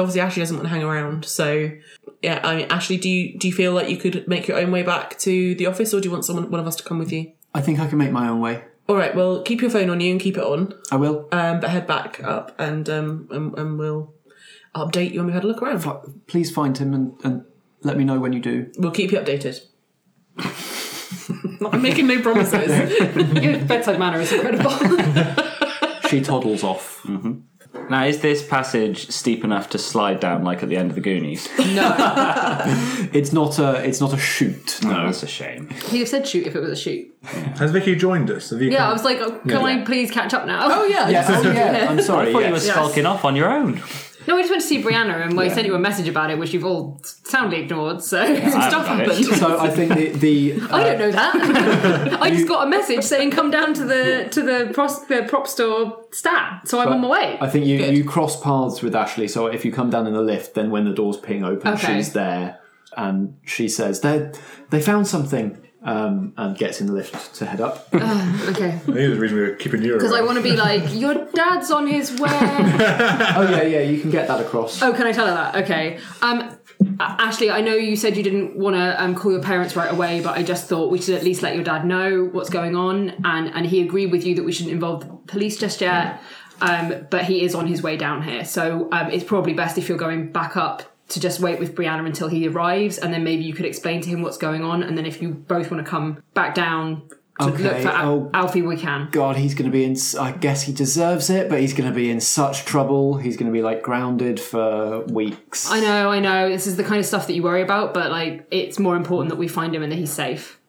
Speaker 3: obviously Ashley doesn't want to hang around. So yeah, I mean, Ashley, do you do you feel like you could make your own way back to the office, or do you want someone one of us to come with you?
Speaker 2: I think I can make my own way.
Speaker 3: All right. Well, keep your phone on you and keep it on,
Speaker 2: I will.
Speaker 4: Uh,
Speaker 3: um, but head back up and um and, and we'll update you when we've had a look around.
Speaker 2: Fi- Please find him and, and let me know when you do.
Speaker 3: We'll keep you updated. I'm making no promises.
Speaker 4: Your bedside manner is incredible.
Speaker 2: She toddles off.
Speaker 6: Now, is this passage steep enough to slide down like at the end of the Goonies?
Speaker 2: It's not a it's not a shoot.
Speaker 6: No, that's a shame.
Speaker 4: He'd have said shoot if it was a shoot.
Speaker 5: Has Vicky joined us? Have you
Speaker 4: Yeah, I was like, oh, can I please catch up now? Oh yeah.
Speaker 2: Yes. Oh, yeah. I'm sorry.
Speaker 6: I thought you were
Speaker 2: yes.
Speaker 6: skulking off on your own.
Speaker 4: No, we just went to see Brianna and we sent you a message about it, which you've all soundly ignored. So some
Speaker 6: I
Speaker 4: stuff
Speaker 6: haven't got it.
Speaker 4: happened.
Speaker 2: So I think the, uh, the
Speaker 4: I don't know that. I just got a message saying come down to the to the, pros- the prop store stat. So I'm on my way.
Speaker 2: I think you, you cross paths with Ashley. So if you come down in the lift, then when the doors ping open,
Speaker 4: Okay.
Speaker 2: she's there, and she says they they found something, um, and gets in the lift to head up.
Speaker 4: okay.
Speaker 5: I think there's a reason we were keeping you
Speaker 4: Because I
Speaker 5: around.
Speaker 4: want to be like, your dad's on his way.
Speaker 2: oh yeah, yeah, you can get that across.
Speaker 4: oh, can I tell her that? Okay. Um, A- Ashley, I know you said you didn't want to um, call your parents right away, but I just thought we should at least let your dad know what's going on. And, and he agreed with you that we shouldn't involve the police just yet. Um, but he is on his way down here. So um, it's probably best if you're going back up to just wait with Brianna until he arrives. And then maybe you could explain to him what's going on. And then if you both want to come back down to look
Speaker 2: Okay,
Speaker 4: for Al-
Speaker 2: oh.
Speaker 4: Alfie, we can.
Speaker 2: God, he's going to be in. s- I guess he deserves it, but he's going to be in such trouble. He's going to be like grounded for weeks.
Speaker 4: I know, I know. This is the kind of stuff that you worry about, but like, it's more important that we find him and that he's safe.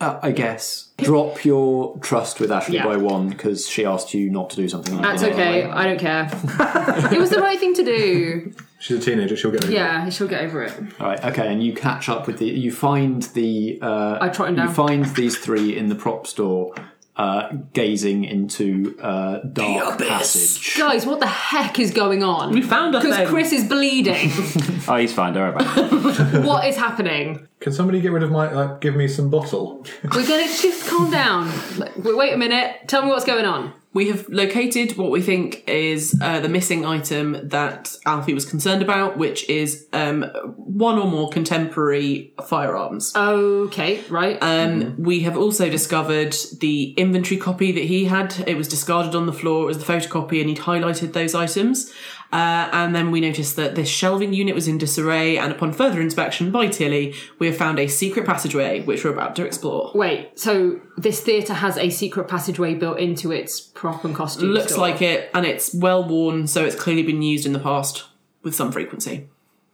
Speaker 2: Uh, I guess drop your trust with Ashley
Speaker 4: Yeah.
Speaker 2: by one because she asked you not to do something. you
Speaker 4: That's
Speaker 2: didn't
Speaker 4: okay.
Speaker 2: like.
Speaker 4: I don't care. it was the right thing to do.
Speaker 5: She's a teenager. She'll get over it.
Speaker 4: Yeah, she'll get over it.
Speaker 2: All right, okay, and you catch up with the. You find the. Uh,
Speaker 4: I trot him
Speaker 2: You
Speaker 4: down.
Speaker 2: find these three in the prop store, uh, gazing into uh, dark passage.
Speaker 4: Guys, what the heck is going on?
Speaker 3: we found a thing.
Speaker 4: because Chris is bleeding.
Speaker 6: Oh, he's fine. Don't worry about it.
Speaker 4: what is happening?
Speaker 5: Can somebody get rid of my? Like, give me some bottle.
Speaker 4: We're gonna just calm down. Like, wait wait a minute. Tell me what's going on.
Speaker 3: We have located what we think is uh, the missing item that Alfie was concerned about, which is um, one or more contemporary firearms. Um,
Speaker 4: Okay, right.
Speaker 3: Uh, we have also discovered the inventory copy that he had. It was discarded on the floor. It was the photocopy, and he'd highlighted those items. Uh, and then we noticed that this shelving unit was in disarray. And upon further inspection by Tilly, we have found a secret passageway, which we're about to explore.
Speaker 4: wait. So this theatre has a secret passageway built into its prop and costume.
Speaker 3: Looks
Speaker 4: store.
Speaker 3: like it, and it's well worn, so it's clearly been used in the past with some frequency.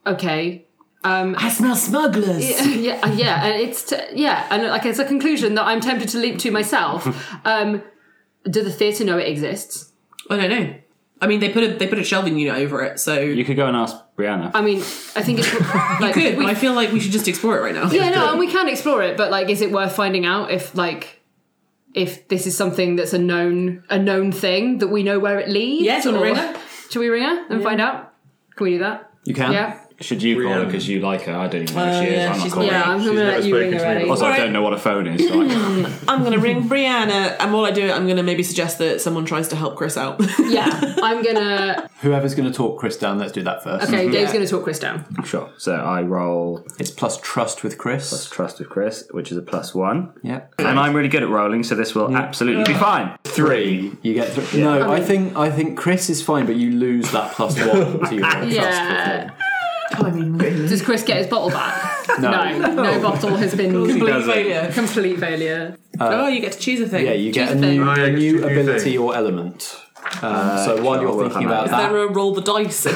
Speaker 4: okay.
Speaker 3: I smell smugglers.
Speaker 4: yeah, uh, yeah, and it's t- yeah, and like it's a conclusion that I'm tempted to leap to myself. um, do the theatre know it exists?
Speaker 3: I don't know. I mean, they put a they put a shelving unit over it, so
Speaker 6: You could go and ask Brianna.
Speaker 4: I mean, I think it's like
Speaker 3: good.
Speaker 4: we-
Speaker 3: but I feel like we should just explore it right now.
Speaker 4: yeah, no, and we can explore it, but like, is it worth finding out if like if this is something that's a known a known thing that we know where it leads?
Speaker 3: Yeah, do you wanna
Speaker 4: or-
Speaker 3: ring her?
Speaker 4: Should we ring her and find out? Can we do that?
Speaker 2: You can.
Speaker 4: Yeah,
Speaker 6: Should you call her
Speaker 5: Brianna.
Speaker 6: because you like her? I don't even know who
Speaker 3: Oh,
Speaker 6: she is.
Speaker 3: yeah,
Speaker 6: I'm not
Speaker 3: she's-
Speaker 6: calling.
Speaker 4: yeah,
Speaker 6: her.
Speaker 4: I'm
Speaker 5: She's
Speaker 4: gonna
Speaker 5: never
Speaker 4: let you ring
Speaker 5: spoken
Speaker 4: her. eh?
Speaker 5: to me
Speaker 4: Ellie.
Speaker 6: Also, I
Speaker 3: Alright.
Speaker 6: don't know what a phone is. So I can't.
Speaker 3: I'm gonna ring Brianna, and while I do it, I'm gonna maybe suggest that someone tries to help Chris out.
Speaker 4: Yeah, I'm gonna.
Speaker 2: Whoever's going to talk Chris down, let's do that first.
Speaker 4: Okay, Dave's
Speaker 3: Yeah.
Speaker 4: gonna talk Chris down.
Speaker 6: sure. So I roll
Speaker 2: It's plus trust with Chris.
Speaker 6: trust with Chris, which is a plus one,
Speaker 2: yeah.
Speaker 6: and I'm really good at rolling, so this will absolutely be fine.
Speaker 2: Three. You get three. No, I think I think Chris is fine, but you lose that plus one to your trust
Speaker 4: Yeah.
Speaker 2: with him.
Speaker 3: I mean, really?
Speaker 4: Does Chris get his bottle back?
Speaker 2: No.
Speaker 4: no, no bottle has been complete,
Speaker 3: failure.
Speaker 4: complete failler.
Speaker 3: oh, you get to choose a thing.
Speaker 2: Uh, Yeah, you get a
Speaker 4: Choose a
Speaker 2: new,
Speaker 4: thing.
Speaker 5: Oh, yeah,
Speaker 2: a
Speaker 5: you
Speaker 2: new
Speaker 5: choose a new
Speaker 2: ability
Speaker 5: thing.
Speaker 2: or element. Uh, so while
Speaker 6: I'll
Speaker 2: you're
Speaker 6: work
Speaker 2: thinking
Speaker 6: on that.
Speaker 2: about
Speaker 6: Is
Speaker 2: that,
Speaker 3: There are roll the dice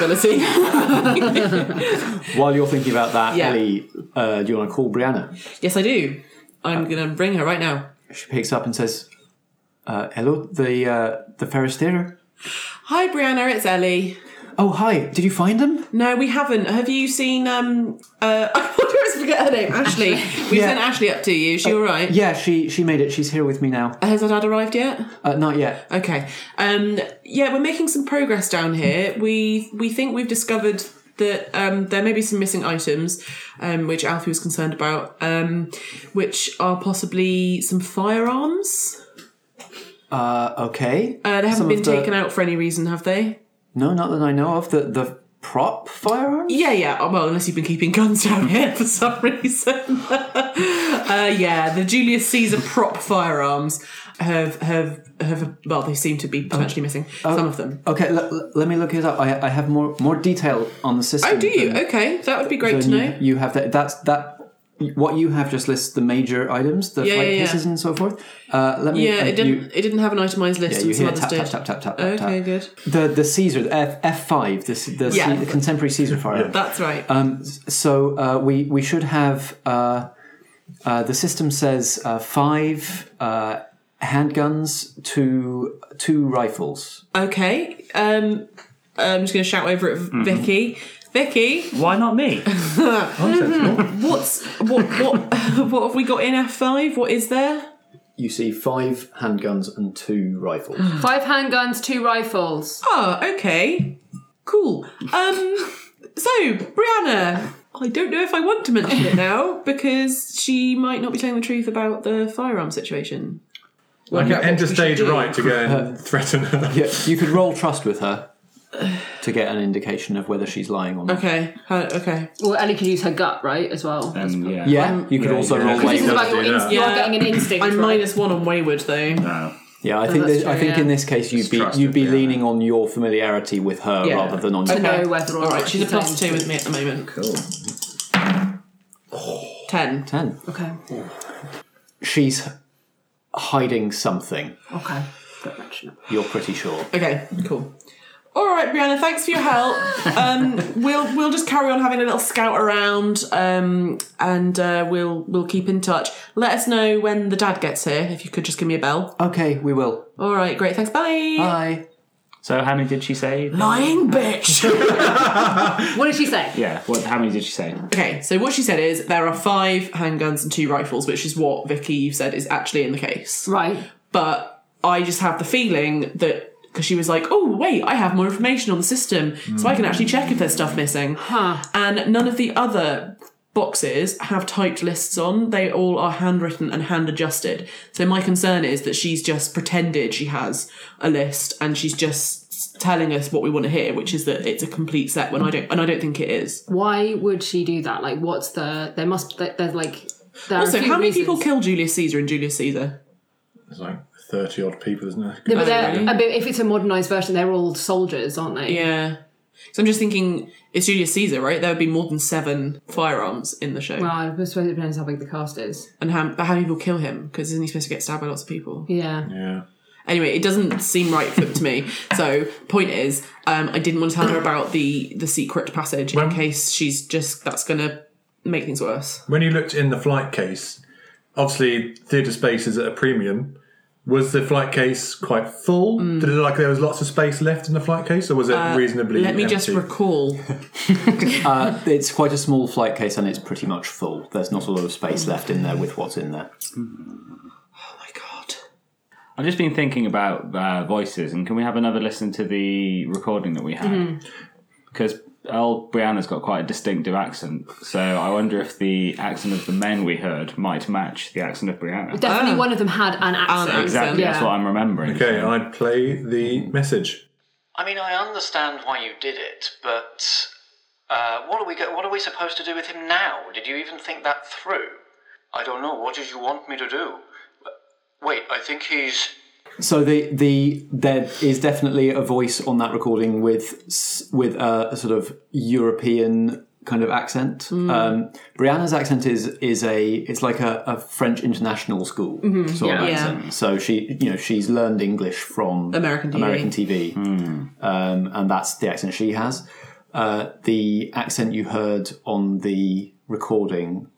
Speaker 3: ability.
Speaker 2: while you're thinking about that,
Speaker 3: Yeah.
Speaker 2: Ellie, uh, do you want to call Brianna?
Speaker 3: yes, I do. I'm gonna ring her right now.
Speaker 2: She picks up and says, uh, "Hello, the uh, the Ferresterer.
Speaker 3: Hi, Brianna. It's Ellie.
Speaker 2: Oh, hi. Did you find him?
Speaker 3: No, we haven't. Have you seen? um uh I always forget her name. Ashley. We
Speaker 2: Yeah. Uh,
Speaker 3: sent Ashley up to you. Is she all right?
Speaker 2: Yeah, she she made it. She's here with me now.
Speaker 3: Has her dad arrived yet?
Speaker 2: Uh, not yet.
Speaker 3: Okay. Um, yeah, we're making some progress down here. We we think we've discovered that um, there may be some missing items, um, which Alfie was concerned about, um, which are possibly some firearms.
Speaker 2: Uh, okay.
Speaker 3: Uh, they haven't
Speaker 2: Some of
Speaker 3: been
Speaker 2: the-
Speaker 3: taken out for any reason, have they?
Speaker 2: No, not that I know of. The the prop firearm.
Speaker 3: Yeah, yeah. Oh, Well, unless you've been keeping guns down here for some reason. uh, yeah, the Julius Caesar prop firearms have have have well, they seem to be
Speaker 2: Um,
Speaker 3: potentially missing some of them.
Speaker 2: Okay, l- l- let me look it up. I, I have more more detail on the system.
Speaker 3: Oh, do you?
Speaker 2: than-
Speaker 3: Okay, that would be great
Speaker 2: than
Speaker 3: to
Speaker 2: you-
Speaker 3: know.
Speaker 2: You, have that. That's that. What you have just lists the major items, the
Speaker 3: Yeah,
Speaker 2: flight
Speaker 3: yeah, yeah.
Speaker 2: cases and so forth. Uh, let me.
Speaker 3: Yeah,
Speaker 2: um,
Speaker 3: it didn't.
Speaker 2: you-
Speaker 3: it didn't have an itemized list.
Speaker 2: yeah,
Speaker 3: and
Speaker 2: you
Speaker 3: some
Speaker 2: hear
Speaker 3: others
Speaker 2: tap
Speaker 3: did.
Speaker 2: tap, tap tap tap tap
Speaker 3: Okay,
Speaker 2: tap.
Speaker 3: good.
Speaker 2: The the Caesar the F F five the C- the, C-
Speaker 3: Yeah.
Speaker 2: the contemporary Caesar firearm.
Speaker 3: That's right.
Speaker 2: Um, so uh, we we should have uh, uh, the system says uh, five uh, handguns, two two rifles.
Speaker 3: okay. Um, I'm just going to shout over at
Speaker 2: Mm-hmm.
Speaker 3: Vicky. Vicky,
Speaker 6: Why not me?
Speaker 3: what's what what what have we got in F5? What is there?
Speaker 2: You see five handguns and two rifles.
Speaker 4: Five handguns, two rifles.
Speaker 3: Oh, okay, cool. Um, so Brianna, I don't know if I want to mention it now because she might not be telling the truth about the firearm situation.
Speaker 5: I can
Speaker 3: out what
Speaker 5: enter
Speaker 3: we should
Speaker 5: stage
Speaker 3: do.
Speaker 5: right to go and threaten her.
Speaker 2: yeah, you could roll trust with her to get an indication of whether she's lying or not.
Speaker 3: Okay, uh, okay.
Speaker 4: Well, Ellie could use her gut, right, as well. That's-
Speaker 6: Um, yeah.
Speaker 2: Yeah, you could
Speaker 6: yeah,
Speaker 2: also
Speaker 6: yeah.
Speaker 2: roll
Speaker 6: Because
Speaker 4: This is
Speaker 2: wayward.
Speaker 4: about your
Speaker 5: Yeah.
Speaker 4: instinct. You're
Speaker 3: Yeah.
Speaker 4: getting an instinct.
Speaker 3: I'm
Speaker 4: right?
Speaker 3: minus one on wayward though.
Speaker 6: No.
Speaker 2: Yeah, I think
Speaker 4: that's
Speaker 2: that- I
Speaker 4: true,
Speaker 2: think
Speaker 4: yeah.
Speaker 2: in this case you'd be
Speaker 7: trusted,
Speaker 2: you'd be
Speaker 7: yeah.
Speaker 2: leaning on your familiarity with her
Speaker 3: Yeah.
Speaker 2: rather than on your.
Speaker 4: Okay. know whether or
Speaker 3: All right,
Speaker 4: not
Speaker 3: she's a
Speaker 4: she's
Speaker 3: plus
Speaker 4: going
Speaker 3: two with me at the moment. Cool. Ten.
Speaker 2: Ten.
Speaker 4: Okay.
Speaker 2: She's hiding something.
Speaker 4: Okay. Don't mention it.
Speaker 2: You're pretty sure.
Speaker 3: Okay, cool. All right, Brianna, thanks for your help. Um, we'll we'll just carry on having a little scout around, um, and uh, we'll we'll keep in touch. Let us know when the dad gets here. If you could just give me a bell.
Speaker 2: Okay, we will.
Speaker 3: All right, great. Thanks. Bye.
Speaker 2: Bye.
Speaker 6: So how many did she say?
Speaker 3: Lying bitch.
Speaker 4: What did she say?
Speaker 6: Yeah. What? How many did she say?
Speaker 3: okay, so what she said is there are five handguns and two rifles, which is what Vicky you've said is actually in the case.
Speaker 4: Right.
Speaker 3: but I just have the feeling that because she was like, "Oh wait, I have more information on the system, so I can actually check if there's stuff missing."
Speaker 4: Hmm. Huh.
Speaker 3: And none of the other boxes have typed lists on; they all are handwritten and hand adjusted. So my concern is that she's just pretended she has a list, and she's just telling us what we want to hear, which is that it's a complete set. When I don't, and I don't think it is.
Speaker 4: Why would she do that? Like, what's the? There must. there- There's like. There are a
Speaker 3: Also,
Speaker 4: few
Speaker 3: how many
Speaker 4: reasons.
Speaker 3: people kill Julius Caesar in Julius Caesar?
Speaker 5: There's like 30 odd people, isn't there?
Speaker 4: Yeah, but they're,
Speaker 3: really?
Speaker 4: uh, but if it's a modernised version, they're all soldiers, aren't they?
Speaker 3: Yeah. So I'm just thinking, it's Julius Caesar, right? There would be more than seven firearms in the show.
Speaker 4: Well, Uh, I suppose it depends how big the cast is.
Speaker 3: and how, but how people kill him, because isn't he supposed to get stabbed by lots of people?
Speaker 4: Yeah.
Speaker 5: Yeah.
Speaker 3: Anyway, it doesn't seem right for, to me. So, point is, um, I didn't want to tell her about the, the secret passage in
Speaker 5: Well-
Speaker 3: case she's just, that's going to make things worse.
Speaker 5: When you looked in the flight case, obviously theatre space is at a premium. Was the flight case quite full?
Speaker 3: Mm.
Speaker 5: Did it look like there was lots of space left in the flight case, or was it reasonably?
Speaker 3: Uh, Let me just
Speaker 5: empty?
Speaker 3: recall. Oh
Speaker 2: Uh, it's quite a small flight case and it's pretty much full. There's not a lot of space left in there with what's in there.
Speaker 3: Oh my god.
Speaker 6: I've just been thinking about uh, voices, and can we have another listen to the recording that we had? Because old Brianna's got quite a distinctive accent, so I wonder if the accent of the men we heard might match the accent of Brianna.
Speaker 4: Definitely one of them had an accent.
Speaker 3: Ah. accent.
Speaker 6: Exactly,
Speaker 4: Yeah.
Speaker 6: that's what I'm remembering.
Speaker 5: Okay, I'd play the message.
Speaker 9: I mean, I understand why you did it, but uh, what are we go- what are we supposed to do with him now? Did you even think that through? I don't know. What did you want me to do? Wait, I think he's.
Speaker 2: So the the there is definitely a voice on that recording with s- with a sort of European kind of accent.
Speaker 4: Hmm.
Speaker 2: Um, Brianna's accent is is a it's like a, a French international school sort of
Speaker 4: Mm-hmm. Yeah.
Speaker 2: accent. So she you know she's learned English from
Speaker 3: American TV.
Speaker 2: American TV, um, and that's the accent she has. Uh, the accent you heard on the recording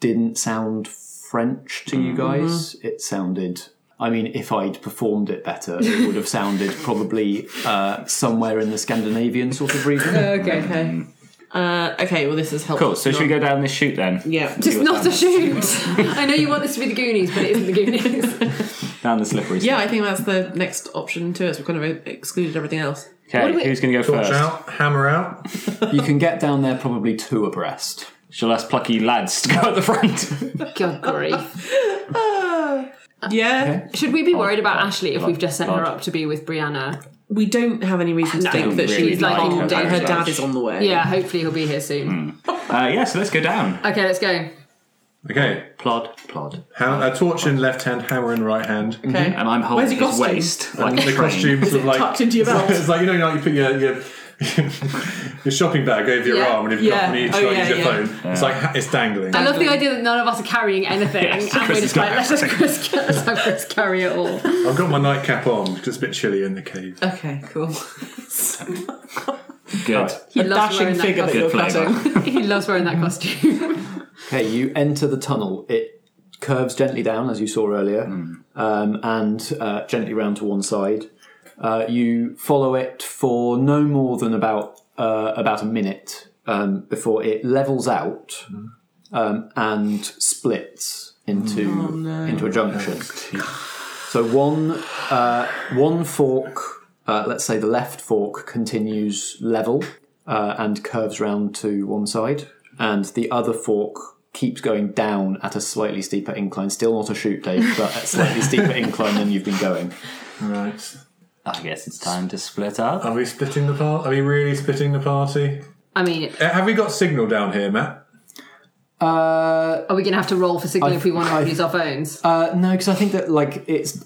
Speaker 2: didn't sound French to you guys, it sounded. I mean, if I'd performed it better, it would have sounded probably uh, somewhere in the Scandinavian sort of region.
Speaker 4: Okay, okay.
Speaker 3: Uh, okay, well, this is helpful.
Speaker 6: Cool. So should we go down this chute then?
Speaker 3: Yeah.
Speaker 4: Just not a shoot. I know you want this to be the Goonies, but it isn't the Goonies.
Speaker 6: Down the slippery.
Speaker 3: Yeah, I think that's the next option to us. We've kind of excluded everything else.
Speaker 6: Okay. Who's going to go
Speaker 5: Torch
Speaker 6: first?
Speaker 5: out, hammer out.
Speaker 2: You can get down there probably two abreast.
Speaker 6: Shall us plucky lads to go at the front?
Speaker 4: God grief. Uh,
Speaker 3: Yeah.
Speaker 4: Should we be worried about Ashley if
Speaker 6: God,
Speaker 4: we've just sent her
Speaker 6: God.
Speaker 4: up to be with Brianna?
Speaker 3: We don't have any reason to
Speaker 4: No,
Speaker 3: think that
Speaker 6: really
Speaker 3: she's
Speaker 4: like
Speaker 3: like
Speaker 4: all
Speaker 3: all
Speaker 4: day
Speaker 3: Her
Speaker 4: long.
Speaker 3: dad is on the way.
Speaker 4: Yeah, hopefully he'll be here
Speaker 3: Hmm.
Speaker 4: soon.
Speaker 6: uh, yeah. So let's go down.
Speaker 4: Okay, let's go.
Speaker 5: Okay,
Speaker 6: Plod, plod.
Speaker 5: Ham- uh, torch in left hand, hammer in right hand.
Speaker 3: Okay.
Speaker 6: Mm-hmm. And I'm holding
Speaker 3: Where's
Speaker 6: his
Speaker 3: your costume?
Speaker 6: waist like
Speaker 5: And
Speaker 6: a
Speaker 5: the
Speaker 6: train.
Speaker 5: costumes of like
Speaker 3: tucked into your belt?
Speaker 5: It's like you know, like you put your your, your shopping bag over your
Speaker 4: Yeah.
Speaker 5: arm, and if you've
Speaker 4: Yeah.
Speaker 5: got money, you
Speaker 3: Oh,
Speaker 5: try to
Speaker 3: yeah,
Speaker 5: use your
Speaker 3: yeah.
Speaker 5: phone. It's like ha- it's dangling.
Speaker 4: I love the idea that none of us are carrying anything. and we're
Speaker 6: Chris
Speaker 4: just
Speaker 6: has got
Speaker 4: like, let's just Chris, let's have Chris carry it all.
Speaker 5: I've got my nightcap on because it's a bit chilly in the cave.
Speaker 3: Okay, cool.
Speaker 6: Good.
Speaker 4: He
Speaker 3: a
Speaker 4: loves
Speaker 3: dashing
Speaker 4: wearing that
Speaker 3: figure that
Speaker 4: costume.
Speaker 3: you're
Speaker 6: flavour.
Speaker 3: cutting.
Speaker 4: He loves wearing that costume.
Speaker 2: Okay, you enter the tunnel. It curves gently down, as you saw earlier, um, and uh, gently round to one side. Uh, you follow it for no more than about uh, about a minute um, before it levels out um, and splits into into a junction. So one uh, one fork, uh, let's say the left fork, continues level uh, and curves round to one side, and the other fork keeps going down at a slightly steeper incline. Still not a shoot, Dave, but at slightly steeper incline than you've been going.
Speaker 5: Right.
Speaker 6: I guess it's time to split up.
Speaker 5: Are we splitting the part? Are we really splitting the party?
Speaker 4: I mean,
Speaker 5: Uh, Have we got signal down here, Matt?
Speaker 2: Uh,
Speaker 4: are we going to have to roll for signal
Speaker 2: I-
Speaker 4: if we want to
Speaker 2: I-
Speaker 4: use our phones?
Speaker 2: uh, no, because I think that like it's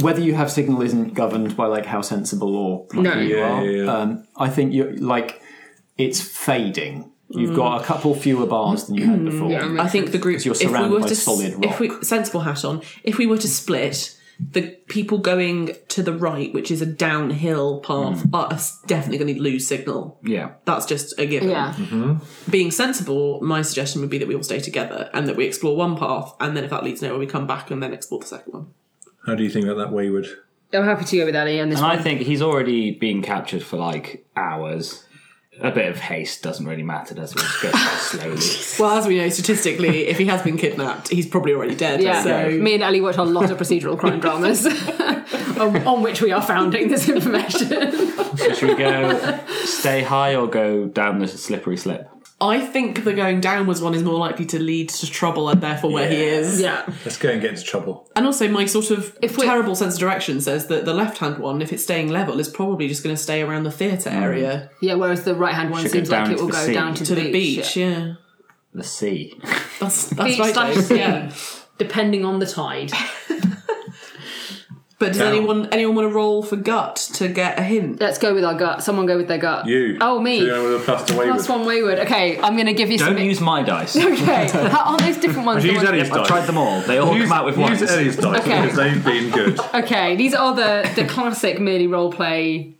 Speaker 2: whether you have signal isn't governed by like how sensible or plucky
Speaker 4: No.
Speaker 2: you
Speaker 5: Yeah,
Speaker 2: are.
Speaker 5: yeah, yeah.
Speaker 2: Um, I think you like it's fading. You've got a couple fewer bars than you had before.
Speaker 3: Mm. I think the group.
Speaker 2: you're
Speaker 3: if
Speaker 2: surrounded
Speaker 3: we were
Speaker 2: by
Speaker 3: to, s-
Speaker 2: solid rock.
Speaker 3: If we sensible hat on, if we were to split, the people going to the right, which is a downhill path, are s- definitely going to lose signal.
Speaker 6: Yeah.
Speaker 3: That's just a given.
Speaker 4: Yeah.
Speaker 3: Being sensible, my suggestion would be that we all stay together and that we explore one path, and then if that leads nowhere, we come back and then explore the second one.
Speaker 5: How do you think about that wayward?
Speaker 4: I'm happy to go with Ellie on this
Speaker 6: And
Speaker 4: one.
Speaker 6: I think he's already been captured for like hours. A bit of haste doesn't really matter, does it? Just go slowly.
Speaker 3: Well, as we know, statistically, if he has been kidnapped, he's probably already dead.
Speaker 4: Yeah,
Speaker 3: So
Speaker 4: me and Ellie watch a lot of procedural crime dramas on, on which we are founding this information.
Speaker 6: So should we go stay high or go down the slippery slip?
Speaker 3: I think the going downwards one is more likely to lead to trouble and therefore where he is.
Speaker 4: yeah.
Speaker 5: Let's go and get into trouble.
Speaker 3: And also, my sort of
Speaker 4: If we're-
Speaker 3: terrible sense of direction says that the left hand one, if it's staying level, is probably just going to stay around the theatre
Speaker 4: Mm.
Speaker 3: area
Speaker 4: Yeah, whereas the right hand one
Speaker 6: Should go
Speaker 4: seems like
Speaker 6: down
Speaker 4: it
Speaker 6: to
Speaker 4: will
Speaker 6: the
Speaker 4: go
Speaker 6: sea.
Speaker 4: down to,
Speaker 3: to the beach. Yeah,
Speaker 6: The sea.
Speaker 3: that's that's
Speaker 4: Beach
Speaker 3: right.
Speaker 4: slash
Speaker 3: Dave,
Speaker 4: sea,
Speaker 3: yeah.
Speaker 4: depending on the tide.
Speaker 3: But does
Speaker 5: Down.
Speaker 3: anyone anyone want to roll for gut to get a hint?
Speaker 4: Let's go with our gut. Someone go with their gut.
Speaker 5: You.
Speaker 4: Oh, me.
Speaker 5: You're going with a plus to wayward.
Speaker 4: Plus one wayward. Okay, I'm going to give you
Speaker 6: Don't
Speaker 4: some.
Speaker 6: use my dice.
Speaker 4: okay, How- aren't those different ones? the
Speaker 5: Use
Speaker 4: ones-
Speaker 5: Ellie's
Speaker 6: I've
Speaker 5: dice.
Speaker 6: tried them all. They all
Speaker 5: Use,
Speaker 6: come out with
Speaker 5: use
Speaker 6: ones.
Speaker 5: Ellie's dice
Speaker 4: Okay.
Speaker 5: because they've been good.
Speaker 4: Okay, these are the, the classic merely role play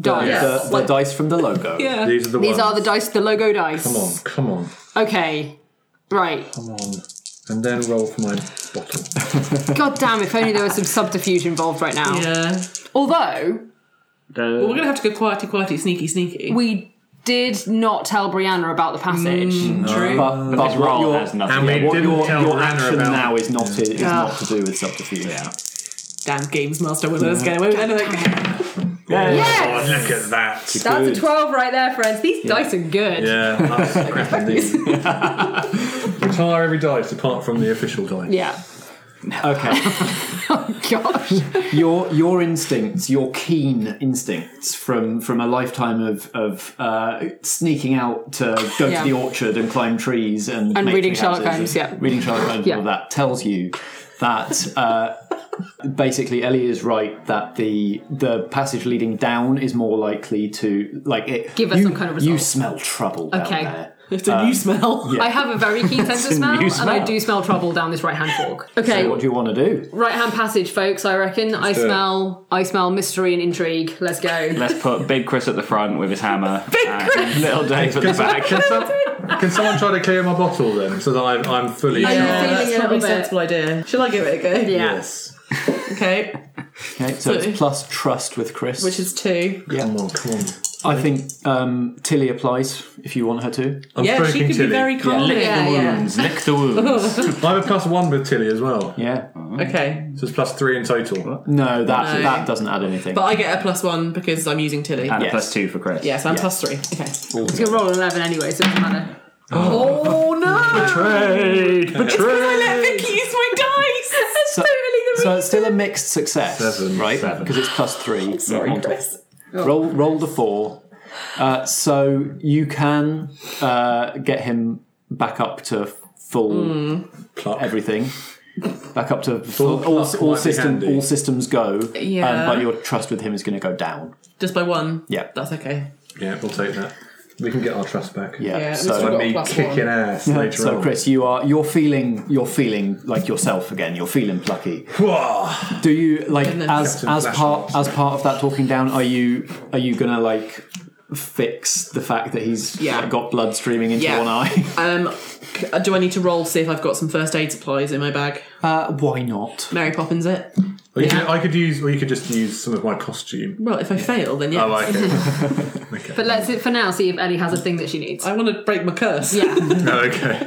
Speaker 4: dice.
Speaker 2: The, the dice from the logo.
Speaker 3: Yeah.
Speaker 5: These are the
Speaker 4: These
Speaker 5: ones.
Speaker 4: are the dice, the logo dice.
Speaker 5: Come on, come on,
Speaker 4: Okay, right.
Speaker 5: come on. And then roll for my bottle.
Speaker 4: God damn, if only there was some subterfuge involved right now.
Speaker 3: Yeah.
Speaker 4: Although,
Speaker 3: Well, we're going to have to go quietly, quietly, sneaky, sneaky.
Speaker 4: we did not tell Brianna about the passage.
Speaker 2: But, but
Speaker 6: This
Speaker 2: what
Speaker 6: roll
Speaker 2: your-
Speaker 6: has nothing.
Speaker 5: And we
Speaker 6: in it.
Speaker 2: What
Speaker 5: didn't
Speaker 2: your,
Speaker 5: tell
Speaker 2: your
Speaker 5: Anna
Speaker 2: action
Speaker 5: about-
Speaker 2: now is not to, is
Speaker 4: Yeah.
Speaker 2: not to do with subterfuge. Yeah.
Speaker 3: Damn games master, will let us get away with anything.
Speaker 5: Oh,
Speaker 4: Yes!
Speaker 5: look at that.
Speaker 4: That's a 12 right there, friends. These dice are good.
Speaker 5: Yeah, that's crap indeed. Retire every dice apart from the official dice.
Speaker 4: Yeah.
Speaker 2: Okay.
Speaker 4: Gosh.
Speaker 2: your your instincts, your keen instincts from from a lifetime of of uh, sneaking out to go
Speaker 4: Yeah.
Speaker 2: to the orchard and climb trees and
Speaker 4: And
Speaker 2: make
Speaker 4: reading
Speaker 2: tree
Speaker 4: Sherlock
Speaker 2: houses
Speaker 4: Holmes,
Speaker 2: and
Speaker 4: yeah.
Speaker 2: Reading Sherlock Holmes,
Speaker 4: Yeah.
Speaker 2: and all that tells you that. Uh, Basically, Ellie is right that the the passage leading down is more likely to like it.
Speaker 4: Give us
Speaker 2: you-
Speaker 4: some kind of
Speaker 2: You
Speaker 4: result.
Speaker 2: smell trouble down
Speaker 4: Okay.
Speaker 2: there.
Speaker 3: It's a new smell.
Speaker 4: I have a very keen sense of
Speaker 6: It's a
Speaker 4: smell,
Speaker 6: new
Speaker 4: and I
Speaker 6: smell.
Speaker 4: do smell trouble down this right hand walk. Okay,
Speaker 2: What do you want to do?
Speaker 4: right hand passage, folks. I reckon I
Speaker 5: do it.
Speaker 4: smell, I smell mystery and intrigue. Let's go.
Speaker 6: Let's put Big Chris at the front with his hammer. Big Chris. Little Dave at the back.
Speaker 5: Chris up. Can someone try to clear my bottle then, so that I'm, I'm fully
Speaker 4: Yeah. feeling
Speaker 5: charged?
Speaker 3: that's probably
Speaker 4: a
Speaker 3: a
Speaker 4: little bit-
Speaker 3: sensible idea. Shall I give it a go?
Speaker 4: Yeah.
Speaker 5: Yes.
Speaker 3: Okay,
Speaker 2: Okay, so
Speaker 3: So-
Speaker 2: it's plus trust with Chris.
Speaker 3: which is two.
Speaker 5: Come on, come on.
Speaker 2: I think um, Tilly applies if you want her to.
Speaker 5: I'm
Speaker 3: yeah, she
Speaker 5: stroking
Speaker 3: could
Speaker 5: Tilly.
Speaker 3: be very calm.
Speaker 6: Lick
Speaker 4: Yeah,
Speaker 6: the
Speaker 4: yeah.
Speaker 6: wounds. Lick the wounds.
Speaker 5: I have a plus one with Tilly as well,
Speaker 2: Yeah.
Speaker 3: Okay,
Speaker 5: so it's plus three in total.
Speaker 2: No, that
Speaker 3: No.
Speaker 2: that doesn't add anything.
Speaker 3: but I get a plus one because I'm using Tilly.
Speaker 6: and a
Speaker 2: Yes.
Speaker 6: plus two for Chris.
Speaker 3: Yes, I'm plus three. Okay.
Speaker 4: It's gonna roll eleven anyway, so it doesn't matter.
Speaker 3: Oh no!
Speaker 2: Betrayed!
Speaker 3: I
Speaker 2: Betrayed!
Speaker 3: let Vicky use my dice.
Speaker 2: So, so it's still a mixed success,
Speaker 5: Seven.
Speaker 2: right?
Speaker 5: Seven.
Speaker 2: Because it's plus three.
Speaker 3: Sorry, Chris.
Speaker 2: Roll roll the four. Uh, so you can uh, get him back up to full
Speaker 3: Hmm.
Speaker 5: Pluck.
Speaker 2: everything. Back up to full, all,
Speaker 5: pluck
Speaker 2: all
Speaker 5: might be
Speaker 2: system,
Speaker 5: handy.
Speaker 2: all systems go, um,
Speaker 3: Yeah.
Speaker 2: but your trust with him is going to go down.
Speaker 3: Just by one.
Speaker 2: Yeah.
Speaker 3: That's okay.
Speaker 5: Yeah, we'll take that. We can get our trust back.
Speaker 2: Yeah.
Speaker 3: Yeah,
Speaker 2: so
Speaker 3: Mr.
Speaker 5: By
Speaker 3: Got
Speaker 5: me
Speaker 3: plus
Speaker 5: kicking
Speaker 3: one.
Speaker 5: ass
Speaker 2: Yeah,
Speaker 5: later
Speaker 2: Uh, So
Speaker 5: on.
Speaker 2: Chris, you are you're feeling you're feeling like yourself again. You're feeling plucky.
Speaker 5: Whoa.
Speaker 2: Do you like
Speaker 3: And then-
Speaker 2: as
Speaker 5: Captain
Speaker 2: as
Speaker 5: Flash
Speaker 2: part
Speaker 5: Mobs.
Speaker 2: as part of that talking down? Are you are you gonna like fix the fact that he's
Speaker 3: Yeah.
Speaker 2: like, got blood streaming into
Speaker 3: Yeah.
Speaker 2: one eye?
Speaker 3: Um, c- do I need to roll to see if I've got some first aid supplies in my bag?
Speaker 2: Uh, why not?
Speaker 3: Mary Poppins it.
Speaker 5: Or you
Speaker 3: Yeah.
Speaker 5: could- I could use, or you could just use some of my costume.
Speaker 3: Well, if I fail, then yes.
Speaker 5: Oh, okay. okay.
Speaker 4: But let's for now see if Ellie has a thing that she needs.
Speaker 3: I want to break my curse.
Speaker 4: Yeah.
Speaker 5: No, Oh, okay.